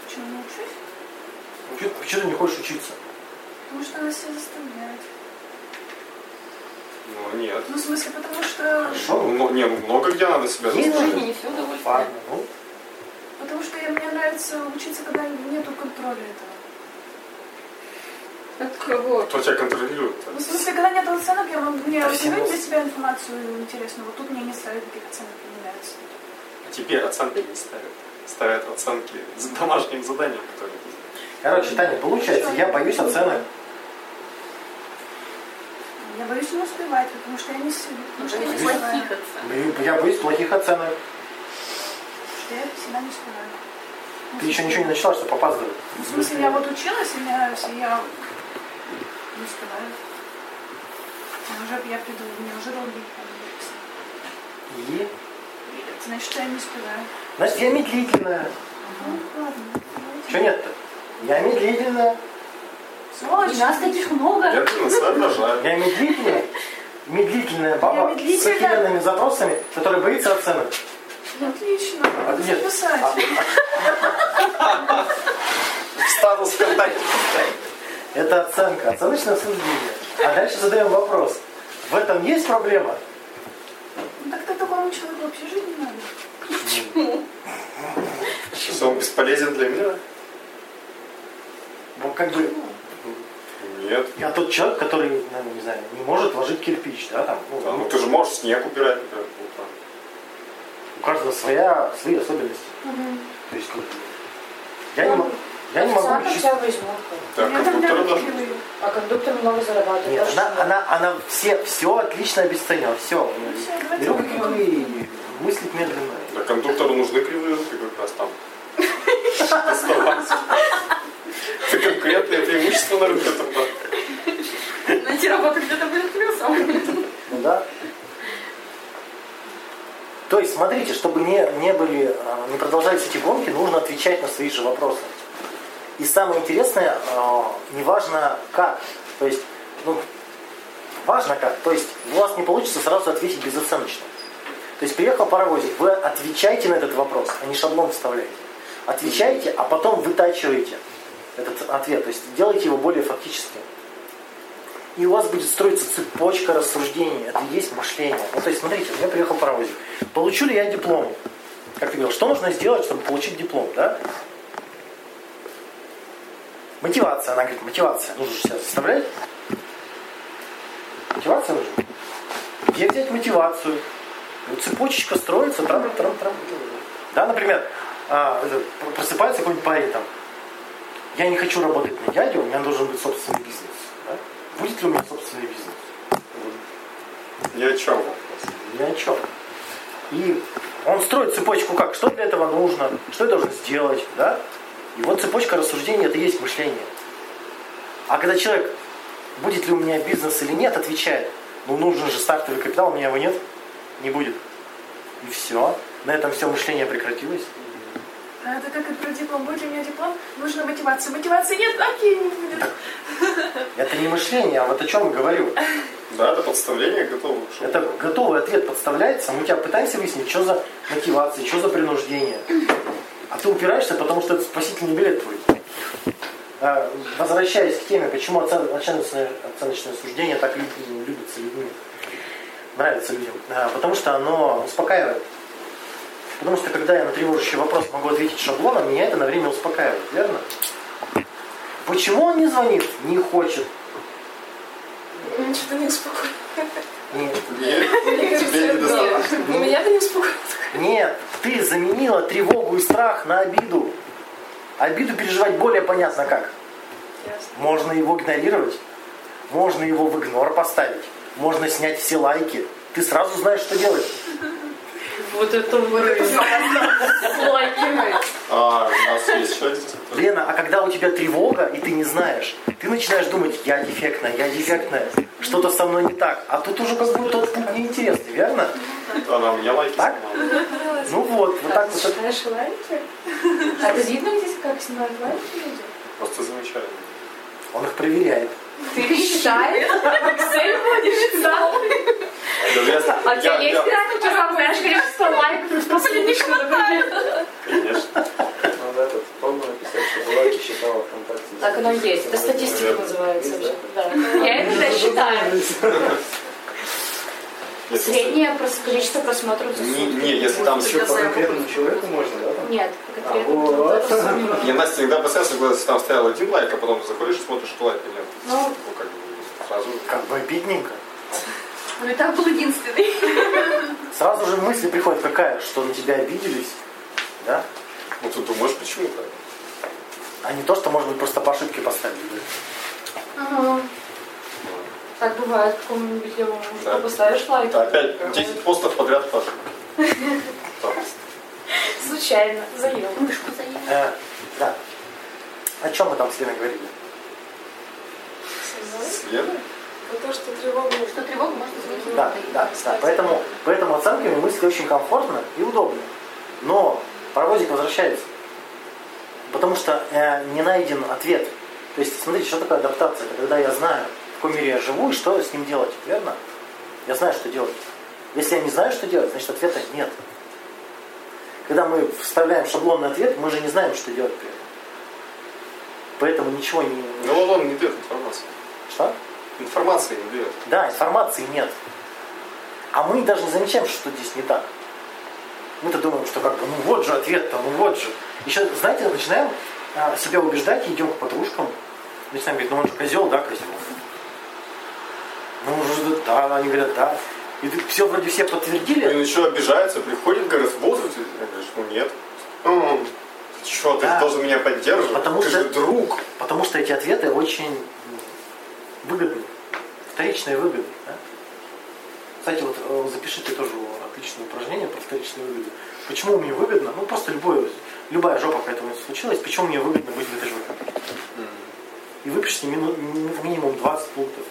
Speaker 2: Почему не учусь?
Speaker 1: Почему, почему ты не хочешь учиться?
Speaker 2: Потому что она себя заставляет.
Speaker 3: Ну нет.
Speaker 2: Ну, в смысле, потому что...
Speaker 1: Что?
Speaker 3: Ну, не, ну, много где надо себя
Speaker 1: Есть
Speaker 3: заставлять.
Speaker 1: жизнь,
Speaker 6: Не все удовольствие.
Speaker 1: Ладно, ну,
Speaker 2: Потому что я- мне нравится учиться, когда нету контроля этого.
Speaker 4: От кого?
Speaker 3: Кто тебя контролирует?
Speaker 2: Ну, в смысле, когда нет оценок, я вам мне
Speaker 1: Да,
Speaker 2: оценивать
Speaker 1: всему.
Speaker 2: для себя информацию интересную. Вот тут мне не ставят никаких оценок, не нравится.
Speaker 3: а Тебе оценки не ставят. Ставят оценки за домашним заданием, которые ты сделал.
Speaker 1: короче, Таня, получается, я боюсь оценок.
Speaker 2: Я боюсь не успевать, потому что я не сильна. Потому что я не
Speaker 6: Боюсь
Speaker 2: успеваю.
Speaker 6: плохихаться.
Speaker 1: Я боюсь плохих оценок.
Speaker 2: Потому что я всегда не успеваю. Ну,
Speaker 1: Ты еще ничего не начала, что опаздывать.
Speaker 2: В смысле, я вот училась, и я, и я не успеваю. Я уже, я приду, мне уже долгий
Speaker 1: И?
Speaker 2: Значит, я не успеваю.
Speaker 1: Значит, я медлительная.
Speaker 2: Ну, ладно.
Speaker 1: Чего нет-то? Я медлительная.
Speaker 2: Сволочь.
Speaker 6: И нас таких много.
Speaker 3: Я на самом рожаю.
Speaker 1: Я медлительная. Медлительная баба
Speaker 2: Я
Speaker 1: с
Speaker 2: медлительная.
Speaker 1: охеренными запросами, которая боится оценок.
Speaker 2: ну, Отлично.
Speaker 1: А, нет.
Speaker 2: Записать.
Speaker 3: Статус ВКонтакте.
Speaker 1: Это оценка, оценочное суждение. А дальше задаем вопрос. В этом есть проблема?
Speaker 2: Ну, так-то такому человеку вообще жить не надо.
Speaker 3: Сейчас он бесполезен для меня?
Speaker 1: Ну, как бы,
Speaker 3: Нет.
Speaker 1: я тот человек, который, ну, не знаю, не может ложить кирпич, да, там, ну,
Speaker 3: Да,
Speaker 1: ну,
Speaker 3: ну ты же можешь снег убирать, например, по утрам.
Speaker 1: у каждого своя, свои особенности. То есть, ну, я не, мо- я не могу
Speaker 5: официантом
Speaker 1: учиться.
Speaker 5: тебя возьмут. как бы.
Speaker 3: Да,
Speaker 2: Я
Speaker 1: а
Speaker 2: там
Speaker 3: компьютер
Speaker 2: рядом
Speaker 3: должен.
Speaker 2: живу.
Speaker 5: А кондуктор много зарабатывает.
Speaker 1: Нет,
Speaker 5: так А
Speaker 1: она,
Speaker 5: что
Speaker 1: она, она все, все отлично обесценила, все.
Speaker 2: Ну всё, давайте
Speaker 1: Беру
Speaker 2: пойдём.
Speaker 1: кривые, мыслить медленно.
Speaker 3: Да, кондуктору нужны кривые руки как раз
Speaker 4: [laughs]
Speaker 3: там. Доставать. Это конкретное преимущество на рынке тогда.
Speaker 6: Найти работу где-то будет плюсом.
Speaker 1: Ну да. То есть, смотрите, чтобы не, не были, а, не продолжались эти гонки, нужно отвечать на свои же вопросы. И самое интересное, а, неважно как. То есть, ну, важно как. То есть, у вас не получится сразу ответить безоценочно. То есть, приехал паровозик, вы отвечаете на этот вопрос, а не шаблон вставляете. Отвечаете, а потом вытачиваете этот ответ. То есть, делаете его более фактическим. И у вас будет строиться цепочка рассуждений. Это и есть мышление. Ну, то есть, смотрите, у меня приехал паровозик. Получу ли я диплом? Как ты говорил, что нужно сделать, чтобы получить диплом, да? Мотивация, она говорит, мотивация. Нужно же себя заставлять. Мотивация нужна. Где взять мотивацию? Вот цепочечка строится, трам, трам, трам. Да, например, а, это, пр- просыпается какой-нибудь парень там. Я не хочу работать на дядю, у меня должен быть собственный бизнес. да? Будет ли у меня собственный бизнес?
Speaker 3: Ни о чем вопрос.
Speaker 1: Ни о чем. И он строит цепочку как? Что для этого нужно? Что я должен сделать? Да? И вот цепочка рассуждений это и есть мышление. А когда человек, будет ли у меня бизнес или нет, отвечает, ну нужен же стартовый капитал, у меня его нет, не будет. И все. На этом все мышление прекратилось.
Speaker 2: А Это как и про диплом. Будет ли у меня диплом? Нужна мотивация. Мотивации нет? Окей, не будет.
Speaker 1: Это не мышление, а вот о чем я говорю.
Speaker 3: Да, это подставление готово. к шоу.
Speaker 1: Это готовый ответ подставляется, мы тебя пытаемся выяснить, что за мотивация, что за принуждение. А ты упираешься, потому что это спасительный билет твой. А, Возвращаясь к теме, почему оцен- оценочное, оценочное суждение так люби- любится людьми, нравится людям. А, Потому что оно успокаивает. Потому что когда я на тревожащий вопрос могу ответить шаблоном, меня это на время успокаивает, верно? Почему он не звонит, не хочет?
Speaker 6: Меня что-то не успокоит.
Speaker 1: Нет.
Speaker 3: Тебе- тебе не достаточно.
Speaker 6: Ну, меня это не успокоит.
Speaker 1: Нет, ты заменила тревогу и страх на обиду. Обиду переживать более понятно как.
Speaker 6: Ясно.
Speaker 1: Можно его игнорировать, можно его в игнор поставить, можно снять все лайки. Ты сразу знаешь, что делать.
Speaker 4: Вот это вырыв.
Speaker 3: А, у нас есть еще один который-
Speaker 1: Лена, а когда у тебя тревога, и ты не знаешь, ты начинаешь думать, я дефектная, я дефектная, что-то со мной не так. А тут уже как будто тот пункт неинтересный, верно?
Speaker 3: Она у меня лайки
Speaker 1: Так?
Speaker 3: снимала.
Speaker 1: Ну вот, вот так вот.
Speaker 5: Знаешь лайки? А ты видно здесь, как снимают лайки люди?
Speaker 3: Просто замечаю.
Speaker 1: Он их проверяет.
Speaker 4: Ты считаешь?
Speaker 3: Даже если-
Speaker 4: А у тебя
Speaker 3: я- я-
Speaker 4: есть пираты, ты сам знаешь количество лайков? Просто не хватает.
Speaker 3: Конечно.
Speaker 7: Надо этот, по-моему, написать, что Булаки считала ВКонтакте.
Speaker 5: Так оно и есть. Это статистика
Speaker 7: Наверное.
Speaker 5: называется
Speaker 7: Есть,
Speaker 5: вообще.
Speaker 7: да?
Speaker 5: Да.
Speaker 4: Я иногда считаю.
Speaker 3: Если-
Speaker 5: Среднее прос- количество просмотров за
Speaker 3: Не,
Speaker 5: сутки.
Speaker 3: не, если там
Speaker 7: Еще
Speaker 3: еще...
Speaker 7: по конкретному человеку можно, да? там?
Speaker 5: Нет, конкретно.
Speaker 7: А, вот.
Speaker 5: кто-то сам.
Speaker 3: Я Настя иногда представляю, когда там стоял один лайк, а потом заходишь и смотришь, что лайка нет.
Speaker 5: Ну.
Speaker 3: Ну, как бы, сразу...
Speaker 1: Как бы обидненько.
Speaker 6: Ну, и так был единственный.
Speaker 1: Сразу же мысль приходит какая, что на тебя обиделись, да?
Speaker 3: Ну, ты думаешь, почему так?
Speaker 1: А не то, что, может быть, просто по ошибке поставили.
Speaker 5: Ага. Так бывает какому-нибудь левому мужику
Speaker 3: Да.
Speaker 5: поставишь лайк.
Speaker 3: Это опять 10 постов подряд Паша. Так.
Speaker 5: Случайно. Заел.
Speaker 6: Мышку заел.
Speaker 1: Э, да. О чем мы там с Леной говорили?
Speaker 3: С Леной?
Speaker 6: Про то, что тревогу... Что тревогу можно звонить.
Speaker 1: Да, да, да. Поэтому, поэтому оценками мысли очень комфортно и удобно. Но паровозик возвращается. Потому что э, не найден ответ. То есть, смотрите, что такое адаптация? Это когда я знаю, в каком мире я живу и что с ним делать, верно? Я знаю, что делать. Если я не знаю, что делать, значит ответа нет. Когда мы вставляем шаблонный ответ, мы же не знаем, что делать при этом. Поэтому ничего не...
Speaker 3: Ну, вот он не дает информации.
Speaker 1: Что?
Speaker 3: Информации не дает.
Speaker 1: Да, информации нет. А мы даже не замечаем, что здесь не так. Мы-то думаем, что как бы, ну вот же ответ-то, ну вот же. Еще, знаете, начинаем а, себя убеждать, идем к подружкам, начинаем говорить, ну он же козел, да, козел? Ну, уже, да, они говорят, да. И ты все, вроде все подтвердили.
Speaker 3: Блин, еще обижается, приходит, говорит, вот ты. Я говорю, ну нет. «М, ты Че, ты
Speaker 1: Да.
Speaker 3: должен меня поддерживать?
Speaker 1: Потому
Speaker 3: ты
Speaker 1: что-
Speaker 3: же друг.
Speaker 1: Потому что эти ответы очень м, выгодны, вторичные выгоды. да. Кстати, вот э, запишите тоже отличное упражнение про вторичные выгоды. Почему мне выгодно? Ну просто любое, любая жопа, какая-то у меня случилась, почему мне выгодно быть в этой жопе? И выпишите мину- ми- минимум 20 пунктов.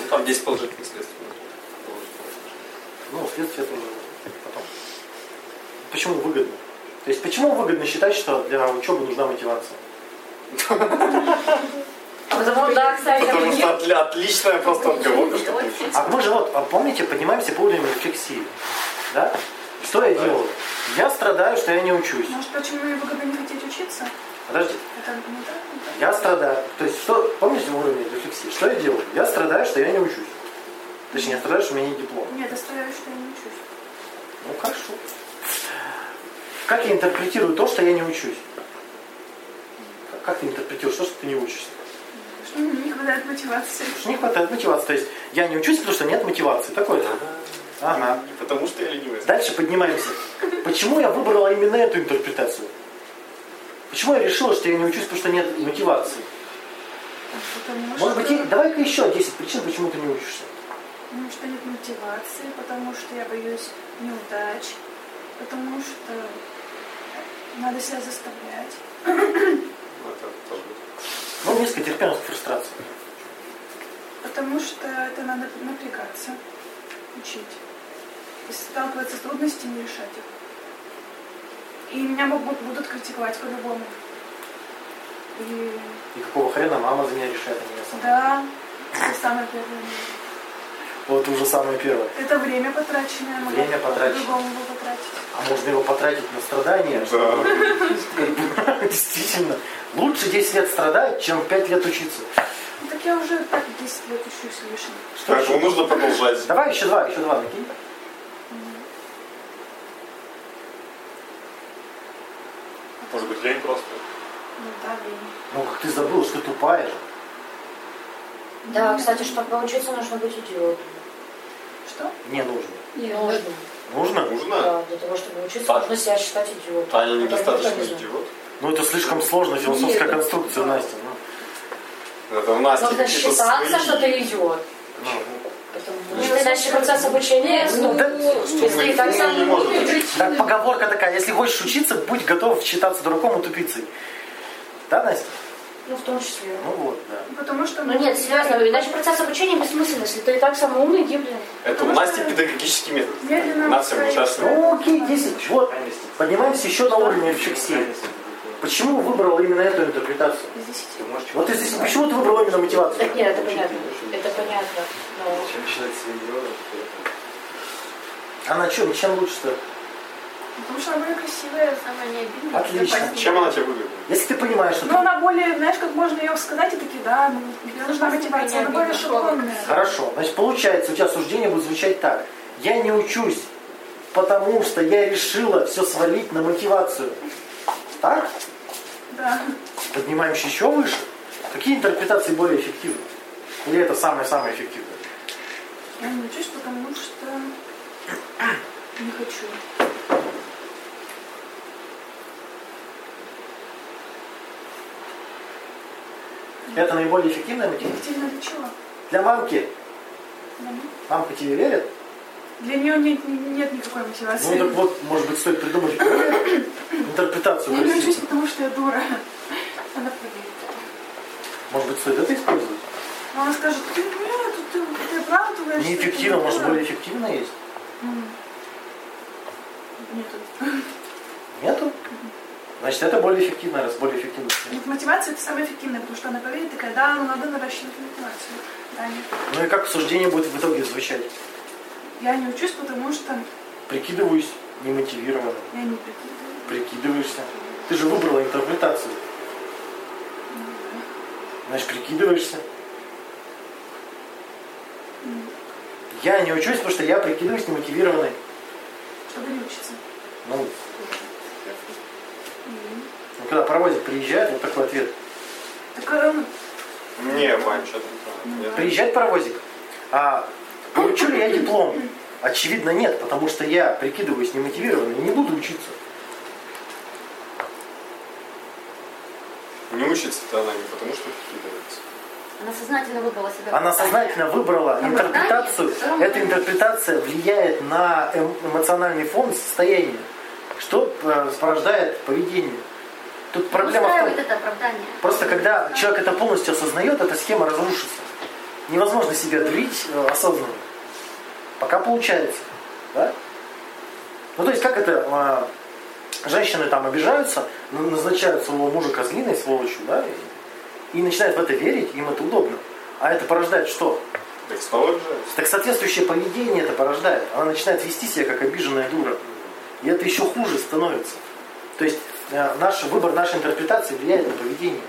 Speaker 3: Ну, там 10 положительных следствий.
Speaker 1: Ну, следствие это уже потом. Почему выгодно? То есть почему выгодно считать, что для учебы нужна мотивация?
Speaker 5: А потому, да, кстати,
Speaker 3: Потому
Speaker 5: там-
Speaker 3: что отля- отличная просто отговорка, что ты учишься.
Speaker 1: А мы же вот, а помните, поднимаемся по уровню рефлексии. Да? Что я делаю? Я страдаю, что я не учусь.
Speaker 2: Может, почему вы когда не хотите учиться?
Speaker 1: Подожди.
Speaker 2: Это не так? не так?
Speaker 1: Я страдаю. То есть, что, помните уровень рефлексии? Что я делаю? Я страдаю, что я не учусь. Точнее, я страдаю, что у меня нет диплома.
Speaker 2: Нет, я стараюсь, что я не учусь.
Speaker 1: Ну хорошо. Как я интерпретирую то, что я не учусь? Как- Как ты интерпретируешь то, что ты не учишься?
Speaker 2: Что мне не хватает мотивации.
Speaker 1: Потому что не хватает мотивации. То есть я не учусь, потому что нет мотивации. Такое. Ага.
Speaker 3: Не потому что я ленивый.
Speaker 1: Дальше поднимаемся. Почему я выбрала именно эту интерпретацию? Почему я решила, что я не учусь, потому что нет мотивации?
Speaker 2: Потому
Speaker 1: Может быть,
Speaker 2: что-
Speaker 1: и- давай-ка еще 10 причин, почему ты не учишься.
Speaker 2: Потому что нет мотивации, потому что я боюсь неудач, потому что надо себя заставлять.
Speaker 3: Это тоже будет.
Speaker 1: Ну, низко терпимость к фрустрации.
Speaker 2: Потому что это надо напрягаться, учить. И сталкиваться с трудностями и решать их. И меня могут, будут критиковать по-любому. И
Speaker 1: И какого хрена мама за меня решает, а не я сама.
Speaker 2: да, это самое первое.
Speaker 1: Вот уже самое первое.
Speaker 2: Это время потраченное. могу
Speaker 1: Время потраченное.
Speaker 2: По-другому его потратить.
Speaker 1: А можно его потратить на страдания?
Speaker 3: Да.
Speaker 1: [laughs] Действительно. Лучше 10 лет страдать, чем 5 лет учиться.
Speaker 2: Ну, так я уже так 10 лет учусь лишним.
Speaker 1: Что
Speaker 3: Так,
Speaker 1: еще?
Speaker 3: его нужно продолжать.
Speaker 1: Давай еще два, еще два накинь.
Speaker 3: Может быть, лень просто.
Speaker 2: Ну да, время.
Speaker 1: Ну, как ты забыл, что ты тупая же.
Speaker 5: Да, кстати, чтобы поучиться, нужно быть идиотом.
Speaker 2: Что?
Speaker 1: Не нужно.
Speaker 4: Нет,
Speaker 5: Нужно.
Speaker 1: Нужно?
Speaker 3: Нужно.
Speaker 5: Да, э, для того, чтобы учиться,
Speaker 3: Так.
Speaker 5: нужно себя считать идиотом.
Speaker 3: Таня
Speaker 5: Потому что
Speaker 3: недостаточно
Speaker 5: не знаю.
Speaker 3: идиот.
Speaker 1: Ну, это слишком сложная философская
Speaker 4: Нет, это-
Speaker 1: конструкция, Настя. Ну,
Speaker 3: Это у нас
Speaker 5: Нужно считаться, что ты идиот. Потому что иначе процесс обучения, ну,
Speaker 4: ну,
Speaker 3: мы
Speaker 5: если и так
Speaker 3: не
Speaker 5: сам не
Speaker 3: можем.
Speaker 5: умеешь.
Speaker 1: Да, поговорка такая, если хочешь учиться, будь готов считаться дураком и тупицей. Да, Настя?
Speaker 5: Ну, в том числе.
Speaker 1: Ну вот, да.
Speaker 2: Потому что...
Speaker 5: Ну нет, серьезно, иначе процесс обучения бессмысленный, если ты и так самый умный, гибли.
Speaker 3: Это у
Speaker 2: Потому
Speaker 3: Насти
Speaker 2: что
Speaker 3: педагогический метод.
Speaker 2: медленно
Speaker 3: Она всем
Speaker 2: устраивает.
Speaker 3: участвует.
Speaker 1: Ну окей, 10. Вот. Поднимаемся еще на уровень рефлексии. Почему выбрала именно эту интерпретацию?
Speaker 2: Из 10.
Speaker 7: Ты можешь
Speaker 1: Вот если почему ты выбрала именно мотивацию?
Speaker 5: Так нет, это понятно. Это понятно. Но
Speaker 7: Чем считать себя идиотом, то это-
Speaker 1: Она чем, чем лучше-то?
Speaker 2: Потому что она более красивая.
Speaker 6: Она не обидна.
Speaker 1: Отлично.
Speaker 6: Она
Speaker 3: Чем она тебя выгодна?
Speaker 1: Если ты понимаешь, что
Speaker 2: Но
Speaker 1: ты...
Speaker 2: она более, знаешь, как можно ее сказать, и такие, да, ну, мне нужна мотивация. Она более шаблонная.
Speaker 1: Хорошо. Значит, получается, у тебя суждение будет звучать так. Я не учусь, потому что я решила все свалить на мотивацию. Так?
Speaker 2: Да.
Speaker 1: поднимаемся еще выше, какие интерпретации более эффективны? Или это самое-самое эффективное?
Speaker 2: Я не учусь, потому что не хочу.
Speaker 1: Это наиболее эффективная мотивация?
Speaker 2: Эффективно для чего?
Speaker 1: Для мамки.
Speaker 2: Да.
Speaker 1: Мамка тебе верит?
Speaker 2: Для нее нет, нет никакой мотивации.
Speaker 1: Ну так вот, может быть, стоит придумать интерпретацию.
Speaker 2: я не учусь,
Speaker 1: красивую.
Speaker 2: потому что я дура. Она поверит.
Speaker 1: Может быть, стоит это использовать?
Speaker 2: Но она скажет, ты, нет, ты, ты оправдываешься. ты
Speaker 1: Неэффективно,
Speaker 2: дура».
Speaker 1: может, более эффективно есть?
Speaker 2: М. Нет,
Speaker 1: Нету? Значит, это более эффективно, раз более эффективно.
Speaker 2: Нет, мотивация это самое эффективное, потому что она поверит, такая, да, ну надо наращивать мотивацию. Да, нет.
Speaker 1: Ну и как суждение будет в итоге звучать?
Speaker 2: Я не учусь, потому что
Speaker 1: Прикидываюсь немотивированно.
Speaker 2: я не прикидываю.
Speaker 1: Прикидываешься. Ты же выбрала интерпретацию. Значит, прикидываешься. Я не учусь, потому что я прикидываюсь немотивированной.
Speaker 2: Чтобы не учиться.
Speaker 1: Ну, ну, когда паровозик приезжает, вот такой ответ.
Speaker 2: Так э, ну,
Speaker 3: Не, Вань, что там?
Speaker 1: Приезжает паровозик. А получу ли я диплом? Очевидно, нет, потому что я прикидываюсь немотивированной и не буду учиться.
Speaker 3: Не учится-то она не потому, что прикидывается.
Speaker 6: сознательно выбрала себя.
Speaker 1: Она сознательно выбрала интерпретацию. Эта интерпретация влияет на эм- эмоциональный фон состояния, что э, порождает поведение. Тут проблема в том,
Speaker 6: Ну, Устраивает это оправдание.
Speaker 1: Просто когда человек это полностью осознает, эта схема разрушится. Невозможно себя дурить э, осознанно. Пока получается. Да? Ну то есть как это э, женщины там обижаются, н- назначают своего мужа козлиной, сволочью, да, и, и начинают в это верить, им это удобно. А это порождает что?
Speaker 3: Так снова обижаюсь.
Speaker 1: Так соответствующее поведение это порождает. Она начинает вести себя как обиженная дура. И это еще хуже становится. То есть э, наш выбор нашей интерпретации влияет на поведение.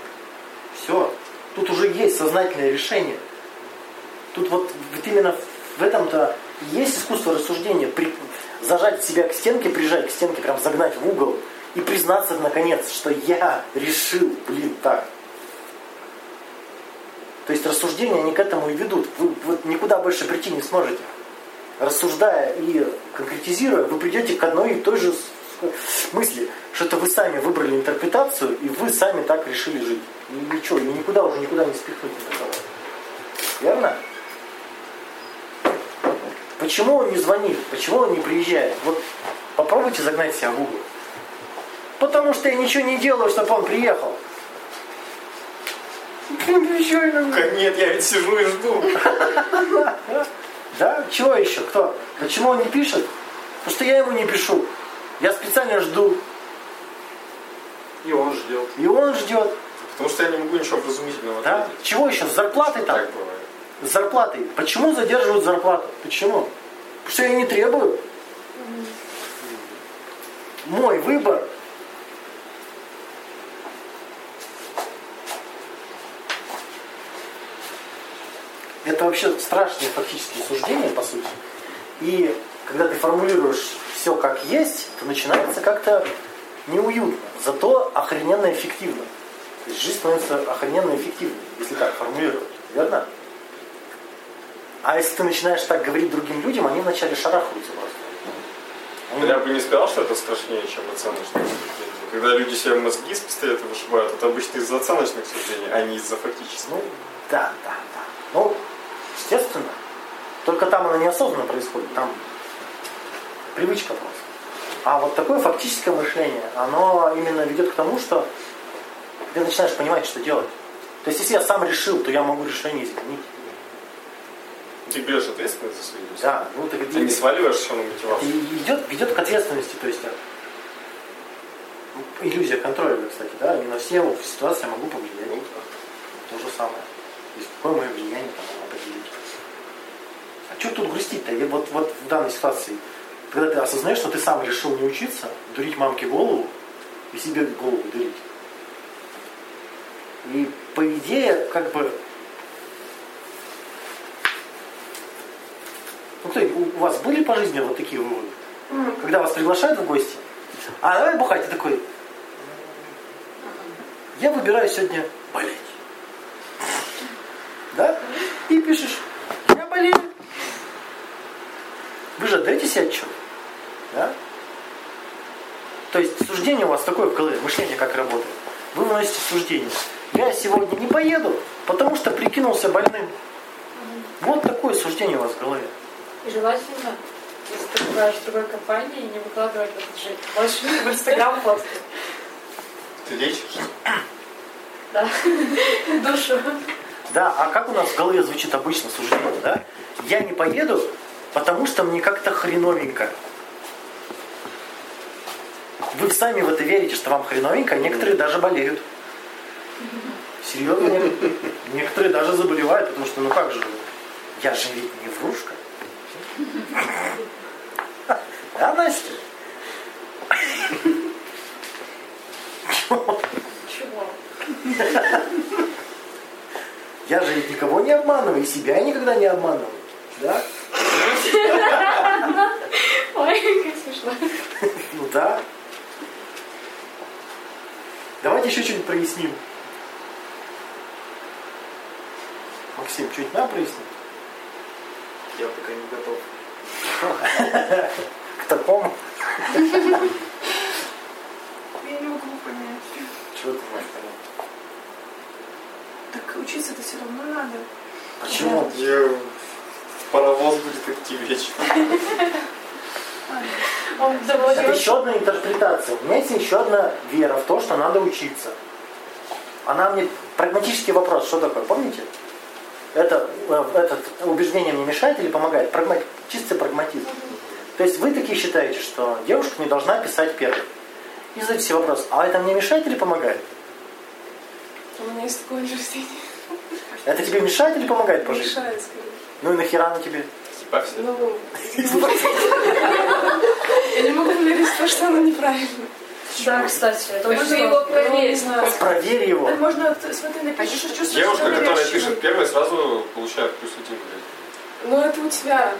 Speaker 1: Все. Тут уже есть сознательное решение. Тут вот, вот именно в этом-то и есть искусство рассуждения. При- зажать себя к стенке, прижать к стенке, прям загнать в угол и признаться наконец, что я решил, блин, так. То есть рассуждения, они к этому и ведут. Вы вот никуда больше прийти не сможете. рассуждая и конкретизируя, вы придете к одной и той же с- мысли, что это вы сами выбрали интерпретацию, и вы сами так решили жить. И ничего, и никуда уже никуда не спихнуть от этого. Верно? Почему он не звонит? Почему он не приезжает? Вот попробуйте загнать себя в угол. Потому что я ничего не делаю, чтобы он приехал.
Speaker 3: Как нет, я ведь сижу и жду.
Speaker 1: Да? Чего еще? Кто? Почему он не пишет? Потому что я ему не пишу. Я специально жду.
Speaker 3: И он ждет.
Speaker 1: И он ждет.
Speaker 3: Потому что я не могу ничего вразумительного
Speaker 1: Да?
Speaker 3: ответить.
Speaker 1: Чего еще? С зарплатой там?
Speaker 3: Так бывает.
Speaker 1: С зарплатой. Почему задерживают зарплату? Почему? Потому что я не требую. Мой выбор. Это вообще страшные фактические суждения, по сути. И когда ты формулируешь все как есть, то начинается как-то неуютно. Зато охрененно эффективно. То есть жизнь становится охрененно эффективной, если так формулировать. Верно? А если ты начинаешь так говорить другим людям, они вначале шарахаются просто.
Speaker 3: Но Я бы не сказал, что это страшнее, чем оценочное суждение. Когда люди себе мозги из пистолета вышибают, это обычно из-за оценочных суждений, а не из-за фактических.
Speaker 1: Ну, да, да, да. Ну, естественно. Только там оно неосознанно происходит, там привычка просто. А вот такое фактическое мышление, оно именно ведет к тому, что ты начинаешь понимать, что делать. То есть, если я сам решил, то я могу решение изменить.
Speaker 3: Ну, Ты берешь ответственность за свои действия.
Speaker 1: Да, ну так
Speaker 3: Ты не сваливаешь все на мотивацию.
Speaker 1: И идет, ведет к ответственности, то есть э, иллюзия контроля, кстати, да, не на все ситуации я могу повлиять.
Speaker 3: Ну,
Speaker 1: То же самое. То есть какое мое влияние там определить. А что тут грустить-то? Я Вот, вот в данной ситуации, когда ты осознаешь, что ты сам решил не учиться, дурить мамке голову и себе голову дурить. И по идее, как бы, ну кто, у вас были по жизни вот такие выводы? Когда вас приглашают в гости, а давай бухать, ты такой, я выбираю сегодня болеть. Да? И пишешь, я болею. Вы же отдаете себе отчет? Да? То есть суждение у вас такое в голове, мышление как работает. Вы выносите суждение. Я сегодня не поеду, потому что прикинулся больным. Вот такое суждение у вас в голове.
Speaker 6: И желательно, если ты бываешь в другой компании, не выкладывать этот же больше в Инстаграм фотки.
Speaker 5: [laughs]
Speaker 3: Ты лечишься?
Speaker 6: Душу.
Speaker 1: Да, а как у нас в голове звучит обычно суждение, да? Я не поеду, потому что мне как-то хреновенько. Вы сами в это верите, что вам хреновенько, а некоторые даже болеют. Серьезно? Некоторые даже заболевают, потому что ну как же, я же ведь не врушка. [laughs] Да, Настя?
Speaker 6: Чего?
Speaker 1: Я же ведь никого не обманываю, и себя я никогда не обманываю. Да?
Speaker 6: Ой, как смешно.
Speaker 1: Ну да. Давайте еще что-нибудь проясним. Максим, что-нибудь надо прояснить?
Speaker 7: Я пока не готов.
Speaker 1: К такому?
Speaker 2: Я не могу понять.
Speaker 1: Чего ты можешь понять?
Speaker 2: Так учиться-то все равно надо.
Speaker 1: Почему?
Speaker 3: Я- Паровоз будет идти вечером.
Speaker 6: Он довольно...
Speaker 1: Это еще одна интерпретация. У меня есть еще одна вера в то, что надо учиться. Она мне прагматический вопрос, что такое, помните? Это, э, этот убеждение мне мешает или помогает? Прагма- Чистый прагматизм. То есть вы такие считаете, что девушка не должна писать первой. И задаете себе вопрос, а это мне мешает или помогает?
Speaker 2: У меня есть такое убеждение.
Speaker 1: Это тебе мешает или помогает по жизни?
Speaker 2: Мешает, скорее.
Speaker 1: Ну и нахера она тебе?
Speaker 3: Типа все.
Speaker 2: Ну, я не могу верить в то, что оно неправильно.
Speaker 5: Да, кстати, это
Speaker 4: Можно
Speaker 5: очень
Speaker 4: его
Speaker 5: сложно.
Speaker 4: проверить.
Speaker 2: Ну, не знаю.
Speaker 1: Проверь его.
Speaker 2: Так можно, т- смотри, напишешь, что чувствуешь.
Speaker 3: Девушка,
Speaker 2: что
Speaker 3: которая
Speaker 2: навязчиво.
Speaker 3: пишет первой, сразу получает плюс один. блядь.
Speaker 2: Ну, это у тебя.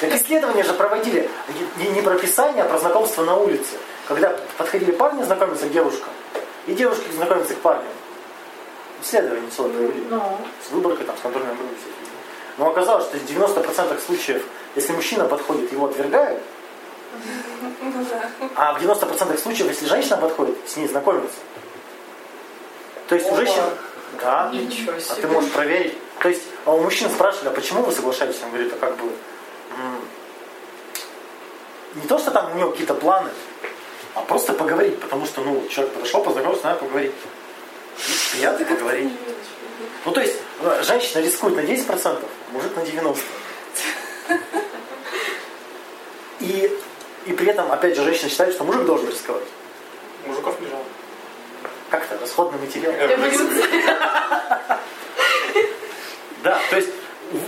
Speaker 1: Так исследования же проводили не, не про писание, а про знакомство на улице. Когда подходили парни знакомиться к девушкам, и девушки знакомятся к парням. Исследование целое провели.
Speaker 5: Ну,
Speaker 1: С выборкой, там, с контрольной группой. всякие. Но оказалось, что в 90% случаев, если мужчина подходит, его отвергают,
Speaker 2: Ну да.
Speaker 1: а в 90% случаев, если женщина подходит, с ней знакомится. То есть у
Speaker 5: Опа.
Speaker 1: женщин... Да.
Speaker 4: Ничего
Speaker 1: А ты
Speaker 4: себе.
Speaker 1: можешь проверить. То есть а у мужчин спрашивали, а почему вы соглашались? Он говорит, а как бы... м, Не то, что там у него какие-то планы, а просто поговорить, потому что, ну, человек подошел, поздоровался, надо поговорить. Приятно поговорить. Ну, то есть, э, женщина рискует на 10%, мужик на 90%. И, и при этом, опять же, женщина считает, что мужик должен рисковать.
Speaker 3: Мужиков не жалко. Э,
Speaker 1: Как это? Расходный материал.
Speaker 3: [laughs] Эволюция.
Speaker 1: Да, то есть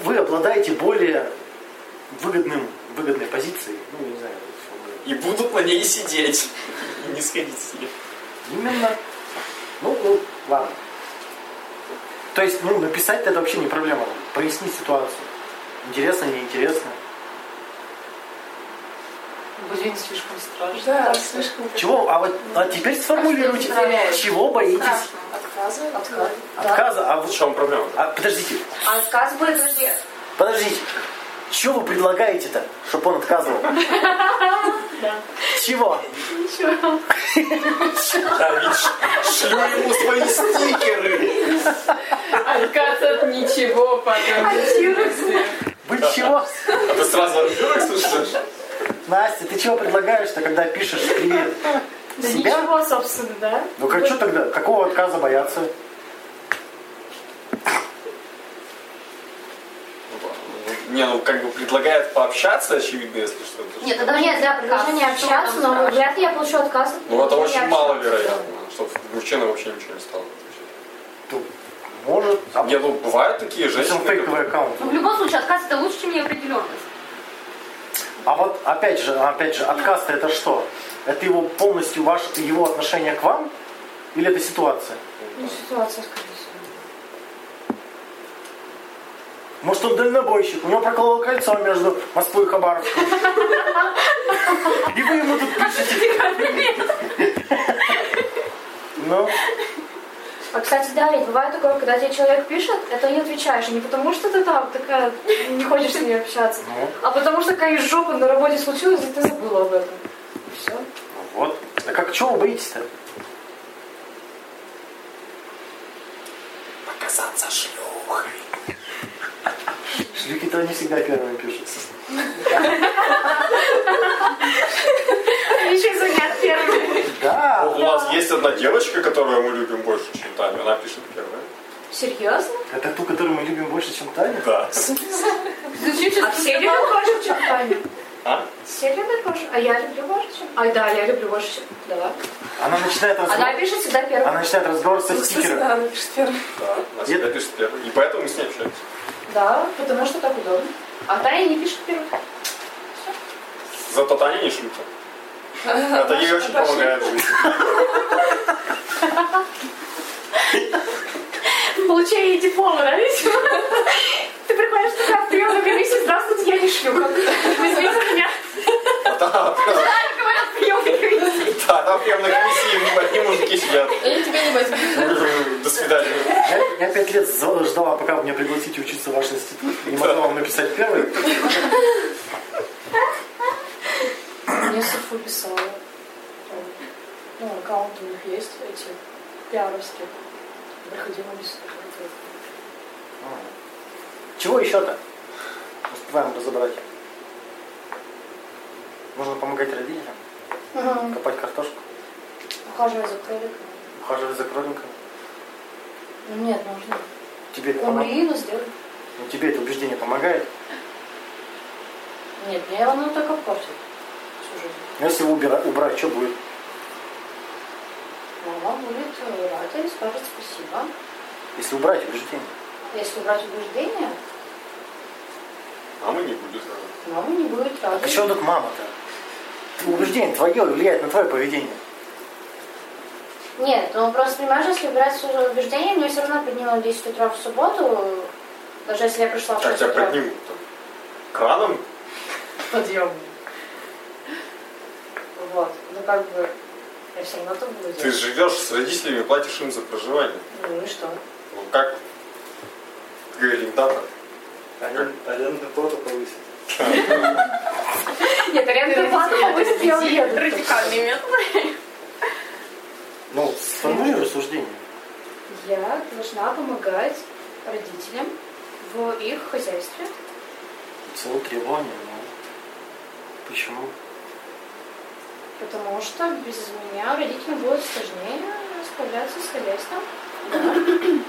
Speaker 1: вы обладаете более выгодным, выгодной позицией. Ну, я не знаю, что говорить.
Speaker 3: И будут на ней сидеть. [laughs] И не сходить с ней.
Speaker 1: Именно. Ну, ну, ладно. То есть, ну, написать это вообще не проблема. Прояснить ситуацию. Интересно, неинтересно.
Speaker 6: Блин, слишком страшно.
Speaker 2: Да, слишком.
Speaker 1: Чего? А вот а теперь сформулируйте,
Speaker 6: А что не теряешь?
Speaker 1: чего боитесь
Speaker 6: Отказы?
Speaker 5: Отказ. Да.
Speaker 1: отказа. А
Speaker 3: В
Speaker 1: вот
Speaker 3: чем
Speaker 5: [laughs]
Speaker 3: проблема?
Speaker 1: а, подождите,
Speaker 5: А отказ будет, подожди.
Speaker 1: подождите. Что вы предлагаете-то, чтобы он отказывал? Чего?
Speaker 3: Да, ведь шлю ему свои стикеры.
Speaker 4: [laughs] Отказ от ничего, потом ресурсы.
Speaker 1: Вы чего?
Speaker 3: А ты сразу ордерок слышишь?
Speaker 1: Настя, ты чего предлагаешь-то, когда пишешь привет?
Speaker 6: Да
Speaker 1: Себя?
Speaker 6: ничего, собственно, да?
Speaker 1: Ну как что тогда? Какого отказа бояться?
Speaker 3: Не, ну как бы предлагает пообщаться, очевидно, если что.
Speaker 5: Нет, тогда нет, да, предложение
Speaker 6: Отказ.
Speaker 5: общаться,
Speaker 6: Что
Speaker 5: но
Speaker 6: там
Speaker 5: вряд ли я получу отказ. от
Speaker 3: Ну это
Speaker 5: предложения
Speaker 3: очень
Speaker 5: общаться.
Speaker 3: маловероятно, чтобы мужчина вообще ничего не стал. отвечать.
Speaker 1: Ну, может, а
Speaker 3: Не, ну бывают такие
Speaker 1: если он
Speaker 3: женщины,
Speaker 1: фейковый
Speaker 3: которые-
Speaker 1: аккаунт.
Speaker 8: Но Ну, в любом случае отказ это лучше, чем неопределенность.
Speaker 1: А вот опять же, опять же, отказ-то это что? Это его полностью ваш, его отношение к вам? Или это ситуация?
Speaker 5: Ну, ситуация, скорее всего.
Speaker 1: Может, он дальнобойщик, у него прокололо кольцо между Москвой и Хабаровском. И вы ему тут пишете. Ну,
Speaker 5: А, кстати, да, ведь бывает такое, когда тебе человек пишет, это не отвечаешь. Не потому, что ты там такая, не хочешь с ней общаться,
Speaker 1: Ну.
Speaker 5: а потому, что какая жопа на работе случилась, и ты забыла об этом. Все.
Speaker 1: вот. Да как, чего вы боитесь-то?
Speaker 3: Показаться шлюхой.
Speaker 1: Шлюхи-то не всегда первыми пишут.
Speaker 6: Еще занят первым.
Speaker 1: Да.
Speaker 3: У нас есть одна девочка, которую мы любим больше, чем Таня. Она пишет первая.
Speaker 5: Серьезно?
Speaker 1: Это ту, которую мы любим больше, чем Таню?
Speaker 3: Да.
Speaker 4: Зачем сейчас
Speaker 5: Люблю больше, чем Таня.
Speaker 3: А?
Speaker 5: Все любят Гошу? А я люблю Гошу, чем? А, да, я люблю Гошу, чем? Давай.
Speaker 1: Она начинает
Speaker 5: Она
Speaker 1: разговор,
Speaker 5: пишет всегда первой.
Speaker 1: она начинает разговор со
Speaker 2: Ну, кстати,
Speaker 1: стикера.
Speaker 2: да, напишет первый.
Speaker 3: Да, она всегда пишет первая. И поэтому мы с ней общаемся.
Speaker 5: Да, потому что так удобно. А Таня не пишет первой.
Speaker 3: Зато Таня не шлюха. Это ей очень помогает жить.
Speaker 6: Получение диплома, да, ведь? [laughs] Ты приходишь такая в приемную комиссию, здравствуйте, я не шлюха. Извините меня. [laughs]
Speaker 3: Да,
Speaker 6: Говорят, в приемной комиссии.
Speaker 3: да, там прям на комиссии одни мужики сидят.
Speaker 8: А
Speaker 4: Я тебя не возьму.
Speaker 3: До свидания.
Speaker 1: Я, я пять лет за- ждала, пока меня пригласите учиться в ваш институт. Не могла вам написать первый.
Speaker 5: Я Софу писала. Ну, аккаунты у них есть эти пиаровские. Приходила без
Speaker 1: А. Чего еще-то? Успеваем разобрать. Нужно помогать родителям,
Speaker 5: Ага.
Speaker 1: копать картошку,
Speaker 5: Ухаживать за кроликом.
Speaker 1: ухаживать за кроликами.
Speaker 5: Ну, нет, нужно.
Speaker 1: Тебе это, помо-
Speaker 5: Умри, но сделай.
Speaker 1: ну, тебе это убеждение помогает.
Speaker 5: Нет, мне оно только портит. Всю жизнь.
Speaker 1: Но если его убира- убрать, что будет?
Speaker 5: Мама будет э, рада и скажет спасибо.
Speaker 1: Если убрать убеждение.
Speaker 5: Если убрать убеждения,
Speaker 3: Мамы А не будет. наверное.
Speaker 5: мама не будет рада.
Speaker 1: А чего тут мама-то? Ты- Убеждение твое влияет на твое поведение.
Speaker 5: Нет, ну просто понимаешь, если брать свое убеждение, мне все равно поднимут в 10 утра в субботу, даже если я пришла в
Speaker 3: Как
Speaker 5: 6
Speaker 3: тебя
Speaker 5: утра.
Speaker 3: поднимут там? Краном?
Speaker 5: Подъем. Вот, ну как бы, я все равно тут буду
Speaker 3: Ты
Speaker 5: делать.
Speaker 3: живешь с родителями, платишь им за проживание.
Speaker 5: Ну и что?
Speaker 3: Ну как? Говорим, да, так.
Speaker 7: Арендную плату повысить.
Speaker 6: Нет, арендную плату
Speaker 5: [laughs]
Speaker 6: повысить я уеду.
Speaker 8: Радикальный метод.
Speaker 1: Ну, сформулируй суждение.
Speaker 5: Я должна помогать родителям в их хозяйстве.
Speaker 1: Целое требование, но ну, почему?
Speaker 5: Потому что без меня родителям будет сложнее справляться с хозяйством.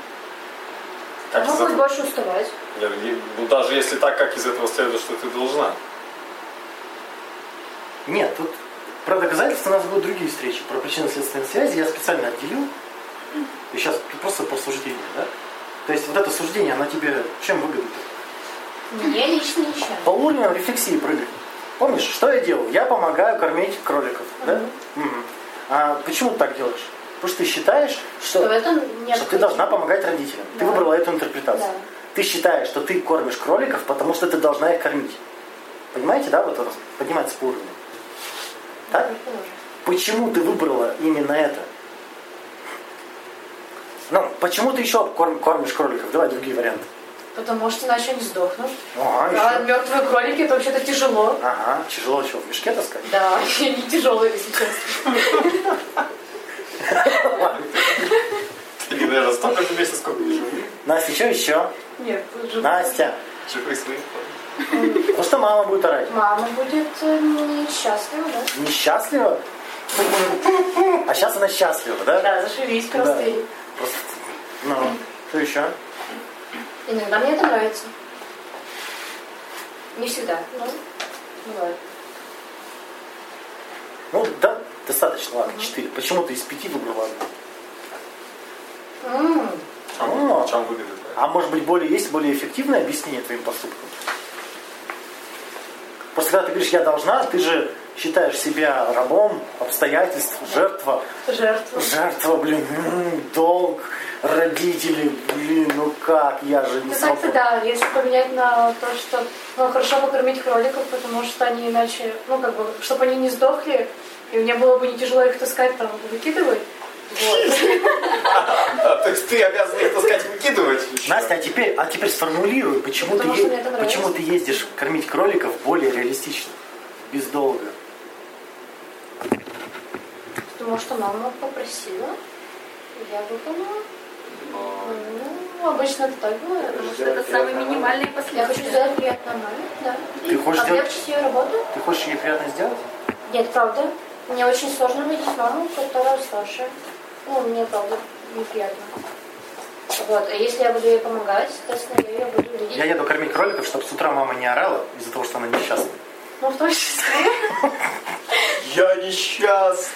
Speaker 3: Как
Speaker 5: Она
Speaker 3: из этого-
Speaker 5: будет больше уставать.
Speaker 3: Нет, и- ну, даже если так, как из этого следует, что ты должна.
Speaker 1: Нет, тут про доказательства у нас будут другие встречи. Про причинно-следственные связи я специально отделил. И сейчас просто про суждение, да? То есть вот это суждение, оно тебе чем выгодно?
Speaker 5: Мне лично ничем.
Speaker 1: По уровню рефлексии прыгай. Помнишь, что я делал? Я помогаю кормить кроликов, да? Мгм. А почему ты так делаешь? Потому что ты считаешь, что,
Speaker 5: Что это
Speaker 1: что ты
Speaker 5: необходимо.
Speaker 1: должна помогать родителям. Ты
Speaker 5: Да.
Speaker 1: выбрала эту интерпретацию.
Speaker 5: Да.
Speaker 1: Ты считаешь, что ты кормишь кроликов, потому что ты должна их кормить. Понимаете, да, вот это поднимается по уровню. Так? Почему ты выбрала именно это? Ну, почему ты еще корм- кормишь кроликов? Давай другие варианты.
Speaker 5: Потому что иначе они сдохнут.
Speaker 1: Ага,
Speaker 5: А
Speaker 1: еще.
Speaker 5: мертвые кролики это вообще-то тяжело.
Speaker 1: Ага, тяжело чего, в мешке таскать? [laughs]
Speaker 5: Да, [laughs] они тяжелые, если честно.
Speaker 3: Ты, наверное, столько же вместе, сколько живых,
Speaker 1: Настя, что еще?
Speaker 5: Нет, тут же
Speaker 1: Настя.
Speaker 3: живых своих.
Speaker 1: Потому что мама будет орать.
Speaker 5: Мама будет э, несчастлива, да?
Speaker 1: Несчастлива? А сейчас она счастлива, да?
Speaker 5: Да, зашибись
Speaker 1: Да.
Speaker 5: просто. и-
Speaker 1: Просто... Ну, что еще?
Speaker 5: Иногда мне это нравится. Не всегда, но бывает.
Speaker 1: Ну, да, достаточно, ладно, четыре. Почему ты из пяти выбрала? одну?
Speaker 5: М,
Speaker 3: В чем,
Speaker 1: О.
Speaker 3: в чем выгода? твоя?
Speaker 1: А может быть, более есть более эффективное объяснение твоим поступкам? Просто когда ты говоришь «я должна», ты же считаешь себя рабом, обстоятельств, жертва.
Speaker 5: Жертва.
Speaker 1: Жертва, блин, м, долг, родители, блин, ну как, я же не
Speaker 5: Кстати,
Speaker 1: свободна.
Speaker 5: да, если поменять на то, что ну, хорошо покормить кроликов, потому что они иначе, ну, как бы, чтобы они не сдохли, и мне было бы не тяжело их таскать, там, выкидывать.
Speaker 1: Хм.
Speaker 5: Вот.
Speaker 3: А, то есть ты обязана их таскать, выкидывать? еще?
Speaker 1: Настя, а теперь, а теперь сформулируй, почему ты,
Speaker 5: Потому что мне это
Speaker 1: е-
Speaker 5: нравится.
Speaker 1: почему ты ездишь кормить кроликов более реалистично, без долга.
Speaker 5: Потому что мама попросила, и я выполнила. Ну, обычно это так бывает.
Speaker 8: Потому что это самые минимальные
Speaker 5: Я хочу
Speaker 8: последствия.
Speaker 5: сделать приятно маме, да. А
Speaker 1: Ты хочешь делать-
Speaker 5: Облегчить ее работу?
Speaker 1: Ты хочешь ей приятно сделать?
Speaker 5: Нет, правда. Мне очень сложно видеть маму, которая старше. Ну, мне, правда, неприятно. Вот, а если я буду ей помогать, соответственно, я ее буду видеть.
Speaker 1: Я еду кормить кроликов, чтобы с утра мама не орала из-за того, что она несчастна.
Speaker 5: Ну, в том числе.
Speaker 3: Я несчастна.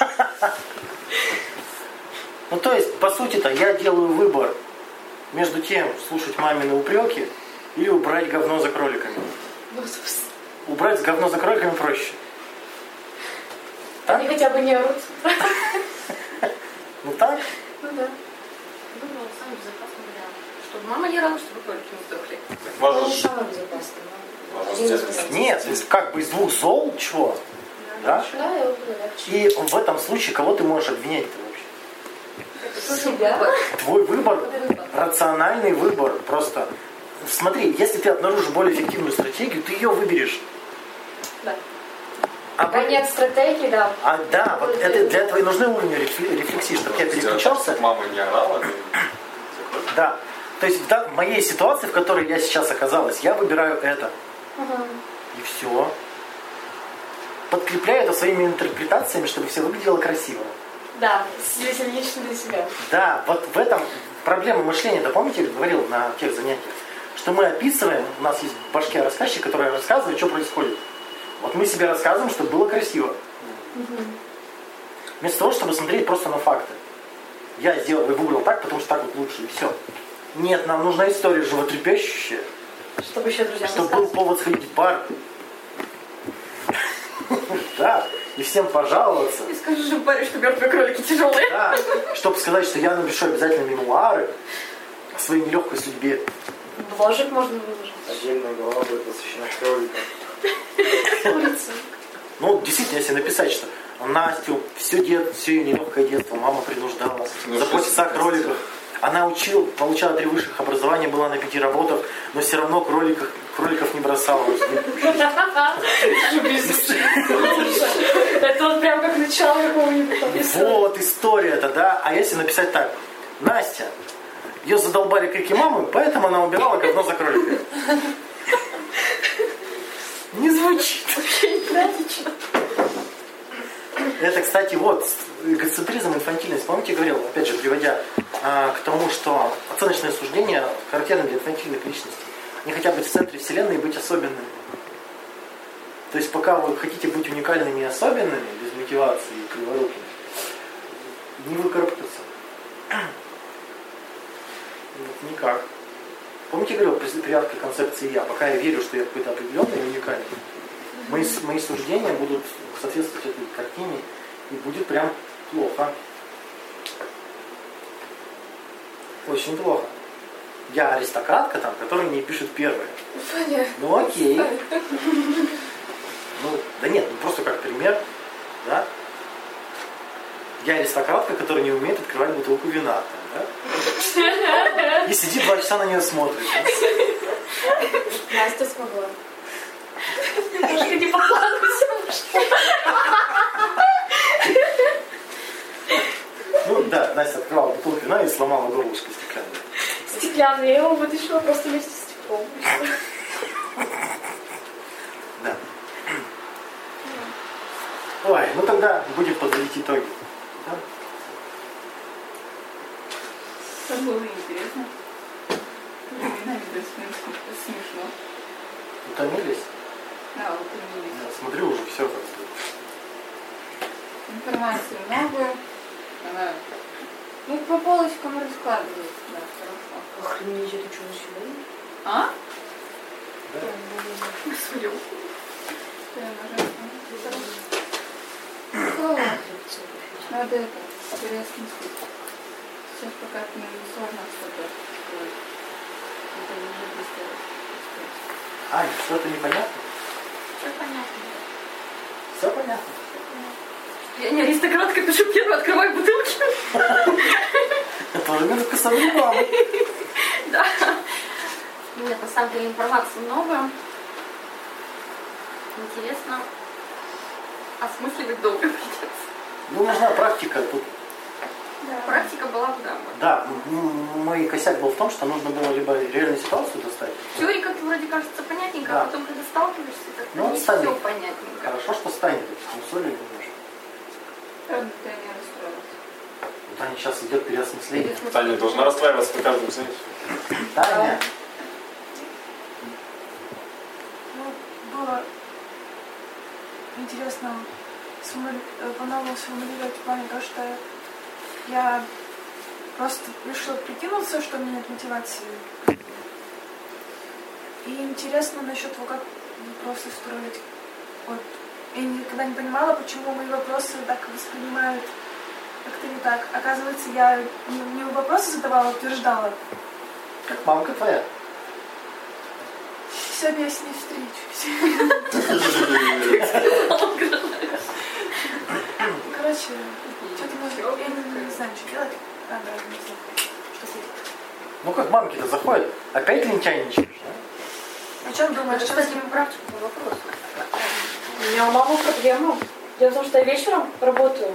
Speaker 1: [laughs] Ну, то есть, по сути-то, я делаю выбор между тем, слушать мамины упреки или убрать говно за кроликами. Убрать говно за кроликами проще. А?
Speaker 5: [laughs] Они хотя бы не орут.
Speaker 1: Ну так?
Speaker 5: Ну да.
Speaker 8: Выбрала самый безопасный вариант. Чтобы мама не рада, чтобы кролики не сдохли.
Speaker 3: Так
Speaker 5: Ну,
Speaker 3: можно ж-
Speaker 5: самое безопасное. да.
Speaker 3: Можно
Speaker 5: Один из
Speaker 3: сделать.
Speaker 5: вариантов.
Speaker 1: Нет, из- как бы из двух зол чего? Да?
Speaker 5: Да, я буду легче.
Speaker 1: И в этом случае кого ты можешь обвинять-то вообще?
Speaker 5: Себя?
Speaker 1: Твой выбор, рациональный выбор просто. Смотри, если ты обнаружишь более эффективную стратегию, ты ее выберешь.
Speaker 5: Да.
Speaker 1: А
Speaker 5: Пока нет стратегии, да.
Speaker 1: А, да, вот это для этого и нужны уровни рефле- рефлексии, чтобы я
Speaker 3: Сделать так,
Speaker 1: переключался.
Speaker 3: чтоб Мама не орала. ну,
Speaker 1: Да. То есть в да- в моей ситуации, в которой я сейчас оказалась, я выбираю это. И все. Подкрепляю это своими интерпретациями, чтобы все выглядело красиво.
Speaker 5: Да, если лично для себя.
Speaker 1: Да, вот в этом проблема мышления. Да помните, я говорил на тех занятиях, что мы описываем, у нас есть в башке рассказчик, который рассказывает, что происходит. Вот мы себе рассказываем, чтобы было красиво. Вместо того, чтобы смотреть просто на факты. Я сделал и выбрал так, потому что так вот лучше, и все. Нет, нам нужна история животрепещущая,
Speaker 5: Чтобы еще друзьям
Speaker 1: чтобы был повод сходить в бар. [laughs] Да, и всем пожаловаться.
Speaker 8: Ты скажешь же паре, что мертвые кролики тяжелые.
Speaker 1: Да, чтобы сказать, что я напишу обязательно мемуары о своей нелегкой судьбе.
Speaker 5: Бложек можно [laughs] выложить.
Speaker 7: Отдельная глава будет посвящена кроликам.
Speaker 1: Ну, действительно, если написать, что Настю, все, дет, все ее нелегкое детство, мама принуждала
Speaker 3: Ну,
Speaker 1: за
Speaker 3: что
Speaker 1: полчаса
Speaker 3: это?
Speaker 1: кроликов. Она учила, получала три высших образования, была на пяти работах, но все равно кроликов, кроликов не бросала.
Speaker 6: Это вот прям как начало какого-нибудь там.
Speaker 1: Вот история-то, да? А если написать так, Настя, ее задолбали крики мамы, поэтому она убирала говно за кроликами. Не звучит. Это, кстати, вот эгоцентризм, инфантильность. Помните, я говорил, опять же, приводя а, к тому, что оценочное суждение характерно для инфантильных личностей. Они хотят быть в центре Вселенной и быть особенными. То есть пока вы хотите быть уникальными и особенными, без мотивации и криворукими, не выкарабкаться. Нет, никак. Помните, я говорил при привязке концепции «я», пока я верю, что я какой-то определенный и уникальный, мои, с- мои суждения будут соответствовать этой картине, и будет прям плохо. Очень плохо. Я аристократка, там, которая не пишет первая. Ну окей. Ну, да нет, ну просто как пример, да? Я аристократка, которая не умеет открывать бутылку вина, там, да? И сидит два часа на нее смотрит.
Speaker 8: Настя смогла.
Speaker 6: Ты не покладывайся.
Speaker 1: Ну да, Настя открывала бутылку вина и сломала горлышко стеклянное.
Speaker 6: Стеклянный, я его вытащила просто вместе с стеклом.
Speaker 1: Да. Ой, ну тогда будем подводить итоги. Да?
Speaker 4: Это было интересно. Временами даже смешно. смешно.
Speaker 1: Утомились?
Speaker 4: Да, вот именно.
Speaker 1: Я смотрю, уже все как бы.
Speaker 4: информации много. Она, ну, по полочкам раскладывается, да, хорошо.
Speaker 5: Охренеть, это что, население?
Speaker 4: А?
Speaker 1: Да.
Speaker 4: Господи, я ужасно. Ну, Надо это, интересно слушать. Сейчас пока ты сложно что-то сделать. Это уже быстро.
Speaker 1: Ань, А, что-то непонятно?
Speaker 8: Все понятно.
Speaker 1: Все понятно. [laughs]
Speaker 4: Я не аристократка, пишу первую, открываю бутылки.
Speaker 1: Это уже минутка современного.
Speaker 8: Нет, на самом деле информации много. Интересно. Осмысливать долго придется.
Speaker 1: Ну, нужна практика. Тут,
Speaker 8: Практика была бы, да.
Speaker 1: да, м- м- мой косяк был в том, что нужно было либо реальную ситуацию достать.
Speaker 8: Теория как-то вроде кажется понятненько,
Speaker 1: Да.
Speaker 8: а потом, когда сталкиваешься, как
Speaker 1: Ну, вот
Speaker 8: не
Speaker 1: сами.
Speaker 8: все понятненько.
Speaker 1: Хорошо, что станет, потому что соли немножко.
Speaker 4: Правда, ты не расстроилась.
Speaker 1: Вот Таня сейчас идет переосмысление.
Speaker 3: Таня не должна расстраиваться на каждом занятии.
Speaker 1: Таня,
Speaker 2: Ну, было интересно сформули- э, понравилось сформулировать в плане то, что я просто решила прикинуться, что у меня нет мотивации. И интересно насчет того, как вопросы строить. Вот. Я никогда не понимала, почему мои вопросы так воспринимают как-то не так. Оказывается, я не, не вопросы задавала, а утверждала.
Speaker 1: как мамка твоя?
Speaker 2: Сегодня я с ней встречусь. Короче, что-то можно. Я не, не знаю, что делать. Надо не знаю. Что делать.
Speaker 1: Ну, как мамки-то заходят? Опять лентяйничаешь, да?
Speaker 2: О чем думаешь? Что с
Speaker 8: Кстати,
Speaker 2: ним?
Speaker 8: практику по вопросу.
Speaker 5: У меня у мамы проблема. Дело в том, что я вечером работаю,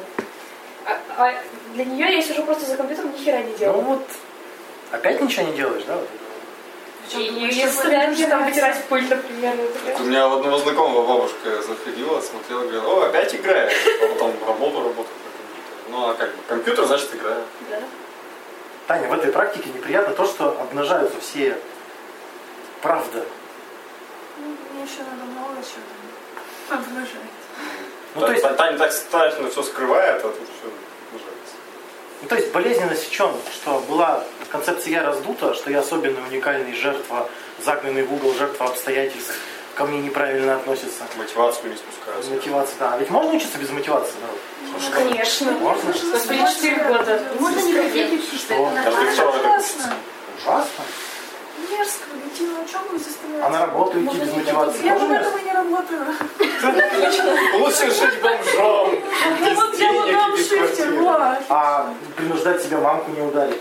Speaker 5: а, а для нее я сижу просто за компьютером, ни хера не
Speaker 1: Ну
Speaker 5: делаю.
Speaker 1: вот, опять ничего не делаешь, да? вот это вот?
Speaker 5: Ну, И
Speaker 2: думаешь,
Speaker 5: я
Speaker 2: что
Speaker 5: заставляю
Speaker 2: будешь
Speaker 5: меня там
Speaker 2: делать?
Speaker 5: вытирать пыль, например. и такая.
Speaker 3: У меня у одного знакомого бабушка заходила, смотрела, говорила, о, опять играет. А потом работу работал на компьютере. Ну а как бы, компьютер, значит, играю.
Speaker 5: Да.
Speaker 1: Таня, в этой практике неприятно то, что обнажаются все правда.
Speaker 2: Ну, Мне еще надо много чего там обнажать.
Speaker 1: Ну,
Speaker 3: Та-
Speaker 1: то есть,
Speaker 3: Та- Таня так страшно все скрывает, а тут все обнажается.
Speaker 1: ну, то есть болезненность в чем? Что была концепция «я» раздута, что я особенно уникальный жертва, загнанный в угол жертва обстоятельств, ко мне неправильно относятся.
Speaker 3: Мотивацию не спускаются.
Speaker 1: Мотивация, да. А ведь можно учиться без мотивации, народ?
Speaker 6: Конечно.
Speaker 1: Можно?
Speaker 6: Господи, 4 года.
Speaker 8: Можно не хотеть учиться,
Speaker 1: Что?
Speaker 8: это
Speaker 3: Каждый
Speaker 2: А,
Speaker 8: нормально.
Speaker 3: второй такой.
Speaker 2: Классно.
Speaker 1: Ужасно.
Speaker 2: Мерзко. Летим, о чем вы заставляете?
Speaker 1: А на работу идти без мотивации
Speaker 2: Я
Speaker 1: тоже
Speaker 2: бы
Speaker 1: мерзко?
Speaker 2: этого не работаю.
Speaker 3: Лучше жить бомжом.
Speaker 2: Ну вот я
Speaker 3: денег
Speaker 2: вот
Speaker 3: и
Speaker 2: там
Speaker 3: без
Speaker 2: шифте,
Speaker 3: квартиры.
Speaker 2: вот.
Speaker 1: А принуждать себя мамку не ударить.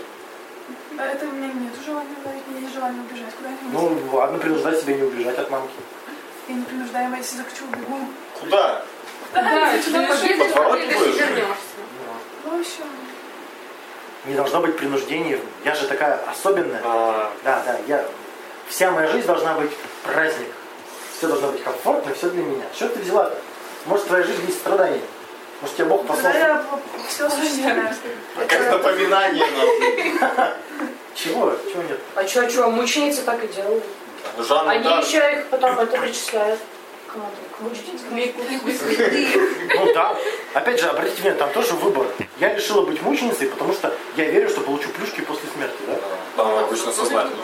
Speaker 2: это у меня нет желания говорить, у меня есть желание убежать куда-нибудь.
Speaker 1: Ну, ладно, принуждать себя не убежать от мамки.
Speaker 2: Я не принуждаемая, если захочу, убегу.
Speaker 3: Куда?
Speaker 8: Да,
Speaker 2: если
Speaker 8: ты
Speaker 2: захочу.
Speaker 8: победишь, победишь
Speaker 3: Подворачиваешь?
Speaker 8: и вернешься.
Speaker 1: Ну,
Speaker 2: Ну, в общем,
Speaker 1: Не должно быть принуждений. Я же такая особенная.
Speaker 3: А,
Speaker 1: Да, да, я... Вся моя жизнь должна быть праздник. Все должно быть комфортно, все для меня. Что ты взяла-то? Может, твоя жизнь есть страдания? Может, тебя Бог послал?
Speaker 2: тогда я все осуществляю.
Speaker 3: а как напоминание нам?
Speaker 1: Чего? Чего нет?
Speaker 5: А чё, чё, мученицы так и делают.
Speaker 3: Жанна
Speaker 1: Ну
Speaker 5: Они
Speaker 3: Дарк.
Speaker 5: еще их потом это причисляют. Кому-то, к мученицам.
Speaker 1: Ну да. Опять же, обратите внимание, там тоже выбор. Я решила быть мученицей, потому что я верю, что получу плюшки после смерти, да?
Speaker 3: Там обычно сознательно.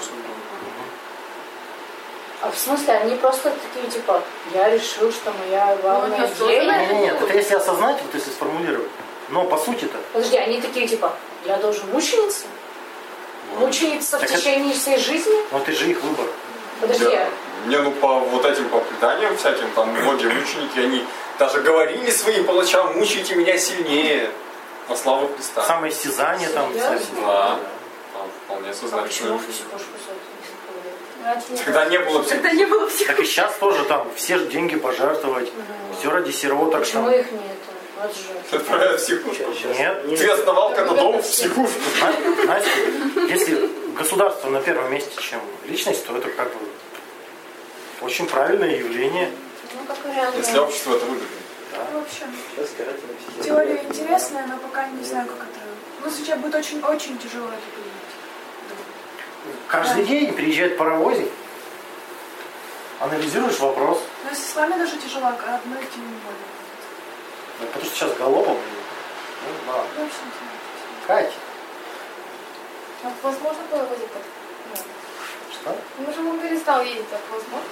Speaker 5: А в смысле, они просто такие, типа, я решил, что моя главная идея...
Speaker 8: они осознанные.
Speaker 1: Нет, нет, нет, это если осознать, вот если сформулировать. Но по сути-то,
Speaker 5: Подожди, они такие, типа, я должен мучениться? Мучениться в
Speaker 1: Ну, Так это-
Speaker 5: течение всей жизни?
Speaker 1: ну это же их выбор.
Speaker 5: Подожди,
Speaker 3: Я- Не, ну по вот этим по преданиям всяким, там многие мученики, они даже говорили своим палачам, мучайте меня сильнее. Во славу Христа.
Speaker 1: Самое стязание там.
Speaker 5: Серьезно?
Speaker 1: всякие.
Speaker 3: Да. Там вполне
Speaker 5: а почему
Speaker 3: сознательно.
Speaker 5: в психушку все
Speaker 3: Когда не было
Speaker 8: Тогда не было всех.
Speaker 1: Так и сейчас тоже там все же деньги пожертвовать. Все ради сироток
Speaker 5: Почему
Speaker 1: там.
Speaker 5: их не это? Вот же.
Speaker 3: отправляют в психушку.
Speaker 1: Нет.
Speaker 3: Ты основал когда дом в психушку.
Speaker 1: На- Настя, если государство на первом месте, чем личность, то это как бы очень правильное явление.
Speaker 5: Ну, как вариант.
Speaker 3: Если общество это выгодно.
Speaker 2: В общем,
Speaker 7: Сейчас карательный психиатр.
Speaker 2: теория интересная, но пока не знаю, как это... Ну, сейчас будет очень-очень тяжело это принять.
Speaker 1: Каждый
Speaker 2: Да.
Speaker 1: день приезжает паровозик, анализируешь вопрос,
Speaker 2: Но если с вами даже тяжело, а одной тем не более.
Speaker 1: ну, потому что сейчас галопом. Ну, ладно.
Speaker 2: В общем, тяжело.
Speaker 1: Кать,
Speaker 9: А возможно было возникать?
Speaker 1: что?
Speaker 9: Ну же он перестал ездить, так возможно?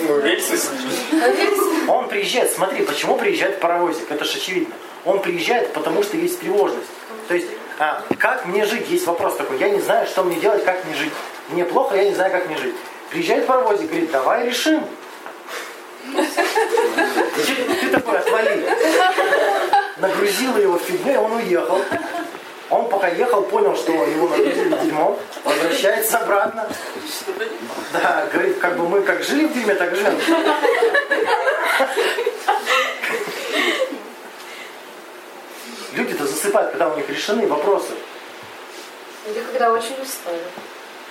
Speaker 3: Ну, рельсы с ними.
Speaker 1: Он приезжает, смотри, почему приезжает паровозик, это же очевидно. Он приезжает, потому что есть тревожность. То есть, а, как мне жить, есть вопрос такой, я не знаю, что мне делать, как мне жить. Мне плохо, я не знаю, как мне жить. Приезжает паровозик, говорит, давай решим. Ты такой, отвали. Нагрузила его фигней, он уехал. Он пока ехал, понял, что его нагрузили дерьмом, возвращается обратно. Да, говорит, как бы мы как жили в дерьме, так и живем. Люди-то засыпают, когда у них решены вопросы.
Speaker 5: Или когда очень устали.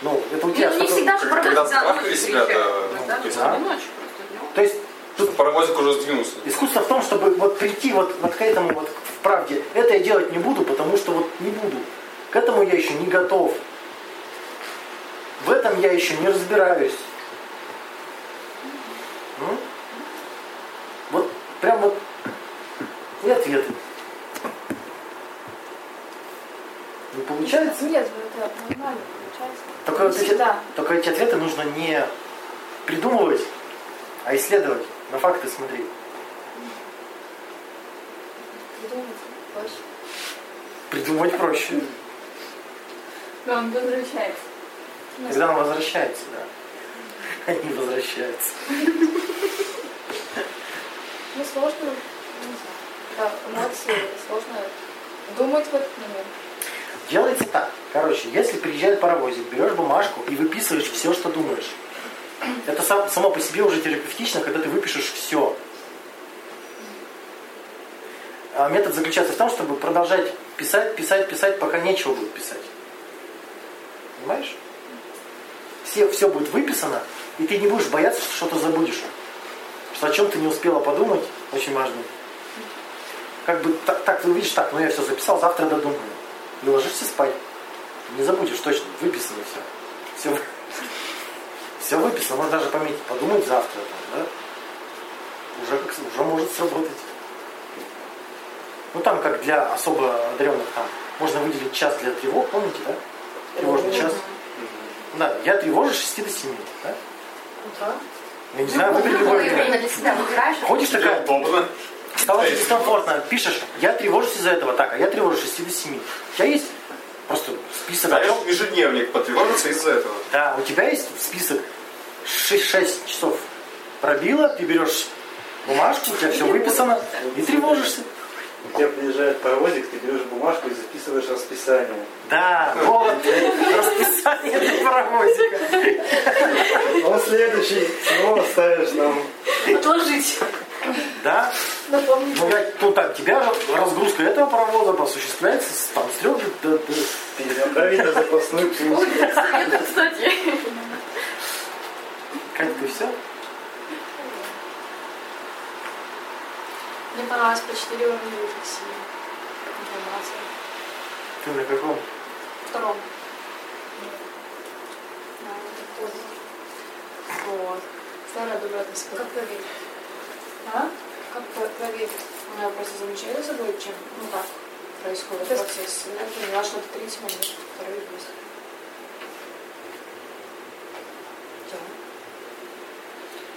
Speaker 1: Ну, это у тебя...
Speaker 8: Ну, не
Speaker 1: что-то-
Speaker 8: всегда же
Speaker 3: Когда
Speaker 8: паровоз за ночь
Speaker 3: страх себя, да.
Speaker 8: приезжает.
Speaker 3: ну,
Speaker 8: Да,
Speaker 3: то есть,
Speaker 1: Да.
Speaker 8: Не ночью, просто днем.
Speaker 1: То есть
Speaker 3: что-то Паровозик уже сдвинулся.
Speaker 1: искусство в том, чтобы вот прийти вот, вот к этому вот в правде. Это я делать не буду, потому что вот не буду. К этому я еще не готов. В этом я еще не разбираюсь. Ну? Вот прям вот и ответы. Не получается?
Speaker 9: Нет, ну это нормально получается.
Speaker 1: Только,
Speaker 9: Не
Speaker 1: вот эти,
Speaker 9: всегда.
Speaker 1: только эти ответы нужно не придумывать, а исследовать. На факты смотри.
Speaker 9: Придумать проще.
Speaker 1: Придумывать проще.
Speaker 4: Да, он возвращается.
Speaker 1: Когда он возвращается, да. Они возвращаются.
Speaker 9: Ну сложно, не знаю. Да, эмоции сложно думать в этот момент.
Speaker 1: Делается так. Короче, если приезжает паровозик, берешь бумажку и выписываешь все, что думаешь. Это сам- само по себе уже терапевтично, когда ты выпишешь все. А метод заключается в том, чтобы продолжать писать, писать, писать, пока нечего будет писать. Понимаешь? Все, все будет выписано, и ты не будешь бояться, что что-то забудешь. Что о чем ты не успела подумать, очень важно. Как бы так, так ты увидишь, так, ну я все записал, завтра додумаю. И ложишься спать. Не забудешь точно, выписано все. Все, [laughs] все выписано, можно даже пометить, подумать завтра, там, да? Уже, как, с- уже может сработать. Ну там, как для особо одаренных, там, можно выделить час для тревог, помните, да? Тревожный час. Да, я тревожу с 6 до 7, да?
Speaker 5: Да.
Speaker 1: Я не знаю, выбери любой
Speaker 8: Любое Ну, время
Speaker 1: вариант.
Speaker 8: для себя выбираешь. а
Speaker 1: Ходишь
Speaker 3: Тебе
Speaker 1: такая,
Speaker 3: удобно.
Speaker 1: Стало очень дискомфортно. Пишешь, я тревожусь из-за этого, так, а я тревожусь с 6 до 7. У тебя есть просто список. о
Speaker 3: Даешь
Speaker 1: чем-
Speaker 3: ежедневник потревожиться из-за этого.
Speaker 1: Да, у тебя есть список 6, часов пробило, ты берешь бумажку, у тебя все выписано, и тревожишься.
Speaker 7: к тебе приезжает паровозик, ты берешь бумажку и записываешь расписание.
Speaker 5: [laughs]
Speaker 1: Да, вот расписание для паровозика.
Speaker 7: Он следующий, снова ставишь нам.
Speaker 6: Отложить.
Speaker 1: Да?
Speaker 9: Напомнить.
Speaker 1: Ну, я- ну так, тебя же разгрузка этого паровоза осуществляется с, там, с трех до, до-
Speaker 7: Перенаправить на запасной а путь.
Speaker 8: Это, кстати.
Speaker 1: Кать, ты все?
Speaker 9: Мне понравилось по 4 уровня рефлексии. Информация.
Speaker 1: Ты на каком?
Speaker 9: Втором. Да, это поздно. Вот. Старая добрая атмосфера.
Speaker 5: Как проверить?
Speaker 9: А?
Speaker 5: Как про- проверить?
Speaker 9: У меня просто замечали за собой, чем ну, как происходит
Speaker 5: То есть-
Speaker 9: процесс. Я поняла, что это третий момент, второй есть. Да.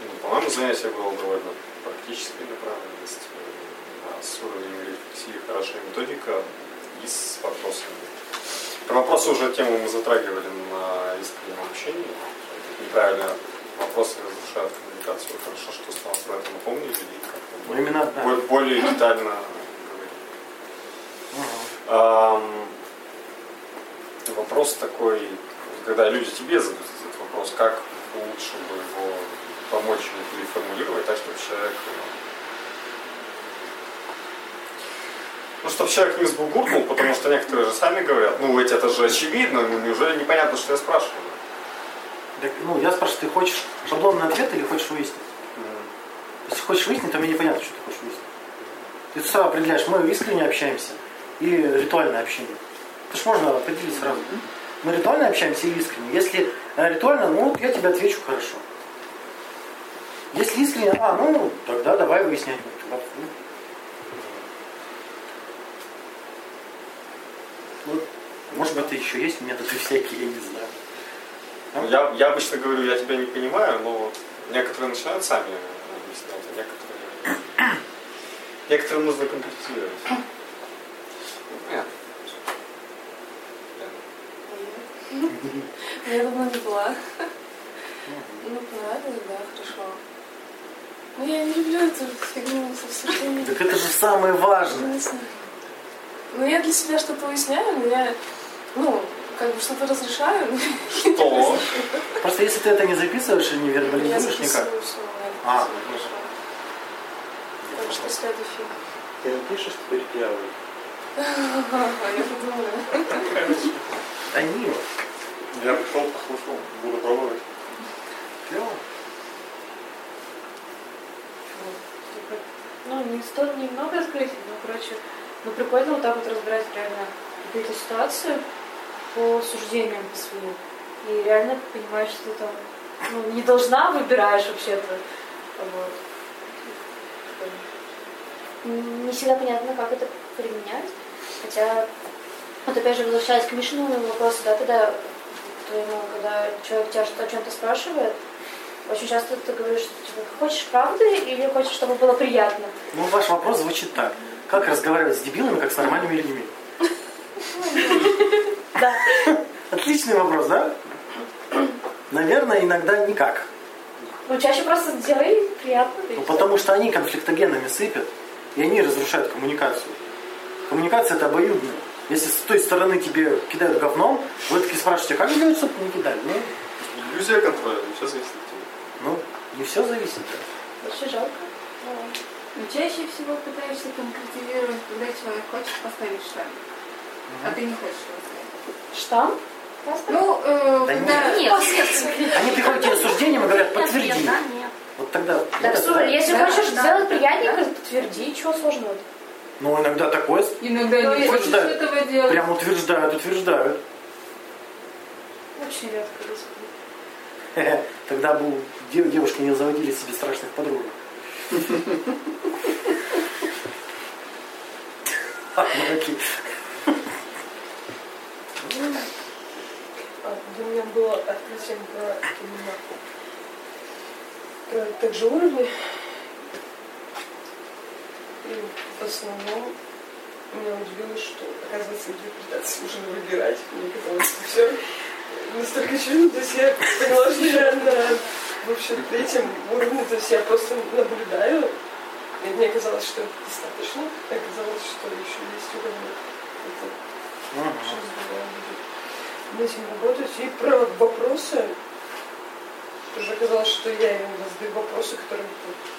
Speaker 3: Ну, по-моему, занятие было довольно практической направленности. У нас уровень рефлексии, хорошая методика и с вопросами. Про вопросы уже тему мы затрагивали на искреннем общении. Неправильно вопросы разрушают коммуникацию. Хорошо, что с нас про это напомнили и как-то
Speaker 1: Ну, именно, да.
Speaker 3: более, более детально говорили.
Speaker 1: Ага.
Speaker 3: Ам, Вопрос такой, когда люди тебе задают этот вопрос, как лучше бы его помочь ему переформулировать, так чтобы человек э, ну, чтобы человек не сбугуркнул, потому что некоторые же сами говорят, ну, ведь это же очевидно, ну, неужели непонятно, что я спрашиваю?
Speaker 1: Так, ну, я спрашиваю, ты хочешь шаблонный ответ или хочешь выяснить? Если хочешь выяснить, то мне непонятно, что ты хочешь выяснить. Ты сразу определяешь, мы искренне общаемся или ритуальное общение. Это ж можно определить сразу. Мы ритуально общаемся или искренне? Если э, ритуально, ну вот я тебе отвечу хорошо. Если искренне, а, ну тогда давай выяснять. Вот, ну. Вот, может быть, еще есть методы всякие, я не знаю.
Speaker 3: Ну, Я, я обычно говорю, я тебя не понимаю, но вот некоторые начинают сами объяснять, а некоторые... [coughs] Некоторым нужно конкретизировать. Понятно.
Speaker 9: Ну, Я давно не была. Ну, понравилось, да, хорошо. Ну, я не люблю эту фигню совсем.
Speaker 1: Так это же самое важное.
Speaker 9: Классно. Ну, я для себя что-то выясняю, но я, ну, как бы что-то разрешаю. но
Speaker 3: Что?
Speaker 1: Просто если ты это не записываешь и не
Speaker 9: Я
Speaker 1: вербализуешь никак,
Speaker 9: записываю все.
Speaker 1: А,
Speaker 9: Так что следует фильм.
Speaker 7: Ты напишешь теперь
Speaker 9: [laughs]
Speaker 7: первый.
Speaker 9: Ага, А я подумала.
Speaker 1: да нет.
Speaker 3: Я пришел, послушал, буду пробовать.
Speaker 1: Клево.
Speaker 6: Ну, не стоит немного открыть, но, короче, ну, прикольно вот так вот разбирать реально какую-то ситуацию по суждениям по своим. И реально понимаешь, что ты там ну, не должна, выбираешь вообще-то. Вот.
Speaker 5: М, Не всегда понятно, как это применять. Хотя, вот опять же, возвращаясь к Мишиному вопросу, да, когда, твоему, ну, когда человек тебя что- о чем-то спрашивает, очень часто ты говоришь, что типа, хочешь правды или хочешь, чтобы было приятно.
Speaker 1: Ну, ваш вопрос звучит так. Как разговаривать с дебилами, как с нормальными
Speaker 9: [laughs]
Speaker 1: людьми? Да. [laughs] Отличный вопрос, да? Наверное, иногда никак.
Speaker 5: Ну, чаще просто делай приятно.
Speaker 1: Ну, потому что они конфликтогенами сыпят, и они разрушают коммуникацию. Коммуникация это обоюдная. Если с той стороны тебе кидают говном, вы таки спрашиваете, «А как делать, чтобы не кидали? Ну,
Speaker 3: Иллюзия контроля, все зависит от тебя.
Speaker 1: ну, не все зависит.
Speaker 5: Вообще жалко.
Speaker 8: Но Ну, чаще всего пытаешься конкретизировать, когда человек хочет поставить штамп, а ты не хочешь его ставить.
Speaker 5: Штамп?
Speaker 8: Ну, э,
Speaker 1: Да
Speaker 8: когда...
Speaker 1: нет.
Speaker 8: Нет.
Speaker 1: Они приходят тебе с суждением и говорят, подтверди.
Speaker 8: Да, нет.
Speaker 1: Вот тогда.
Speaker 5: Так, слушай, если
Speaker 8: Да,
Speaker 5: хочешь
Speaker 8: да,
Speaker 5: сделать
Speaker 8: да,
Speaker 5: приятненько, подтверди, чего сложного.
Speaker 1: Ну, иногда такое
Speaker 8: Иногда не хочешь
Speaker 1: да.
Speaker 8: этого делать.
Speaker 1: прям утверждают, утверждают.
Speaker 6: Очень редко господи.
Speaker 1: Тогда был, де- девушки не заводили себе страшных подруг. А, дураки.
Speaker 9: А, Для меня было открытием про именно про также уровни. И в основном меня удивило, что, оказывается, интерпретации нужно выбирать. Мне казалось, что все настолько очевидно. То есть я поняла, что я на, в общем, третьем уровне, то есть я просто наблюдаю И мне казалось, что это достаточно. Оказалось, что еще есть уровень. Это что здорово будет. Мы этим работать. И про вопросы. Тоже оказалось, что я им задаю вопросы, которые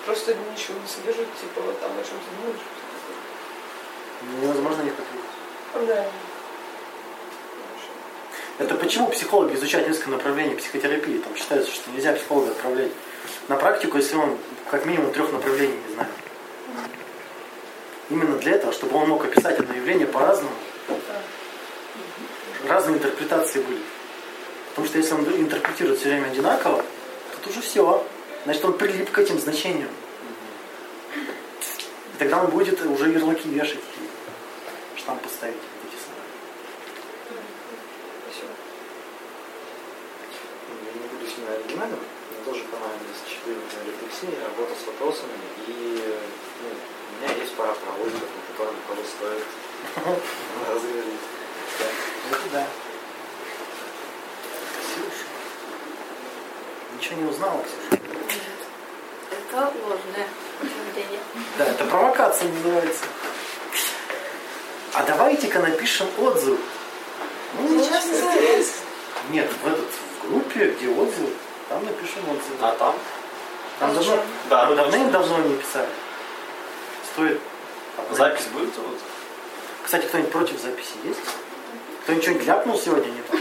Speaker 9: просто ничего не содержат, типа вот там о чем ты думаешь.
Speaker 1: Невозможно не ответить.
Speaker 9: Да.
Speaker 1: Это почему психологи изучают несколько направлений психотерапии? Там считается, что нельзя психолога отправлять на практику, если он как минимум трех направлений не знает. Именно для этого, чтобы он мог описать одно явление по-разному. Разные интерпретации были. Потому что если он интерпретирует все время одинаково, то тут уже все. Значит, он прилип к этим значениям. И тогда он будет уже ярлыки вешать и штамп поставить. эти самые.
Speaker 9: Всё.
Speaker 7: Я не буду сильно оригинальным, но тоже канал дисциплина рефлексии, работа с вопросами. И ну, у меня есть пара проводников, на которых кого стоит [laughs] ну, разговорить.
Speaker 1: Это да. Ксюша. Ничего не узнала, Ксюша.
Speaker 4: Это ложное утверждение.
Speaker 1: Да, это провокация называется. А давайте-ка напишем отзыв. Ну,
Speaker 2: Сейчас интересно.
Speaker 1: Нет, в этот в группе, где отзыв, там напишем отзыв.
Speaker 3: А там? А
Speaker 1: Там давно,
Speaker 3: Да,
Speaker 1: там
Speaker 3: да,
Speaker 1: давным-давно не писали. Стоит.
Speaker 3: Запись будет? вот?
Speaker 1: Кстати, кто-нибудь против записи есть? Кто-нибудь что-нибудь ляпнул сегодня не так? Ну,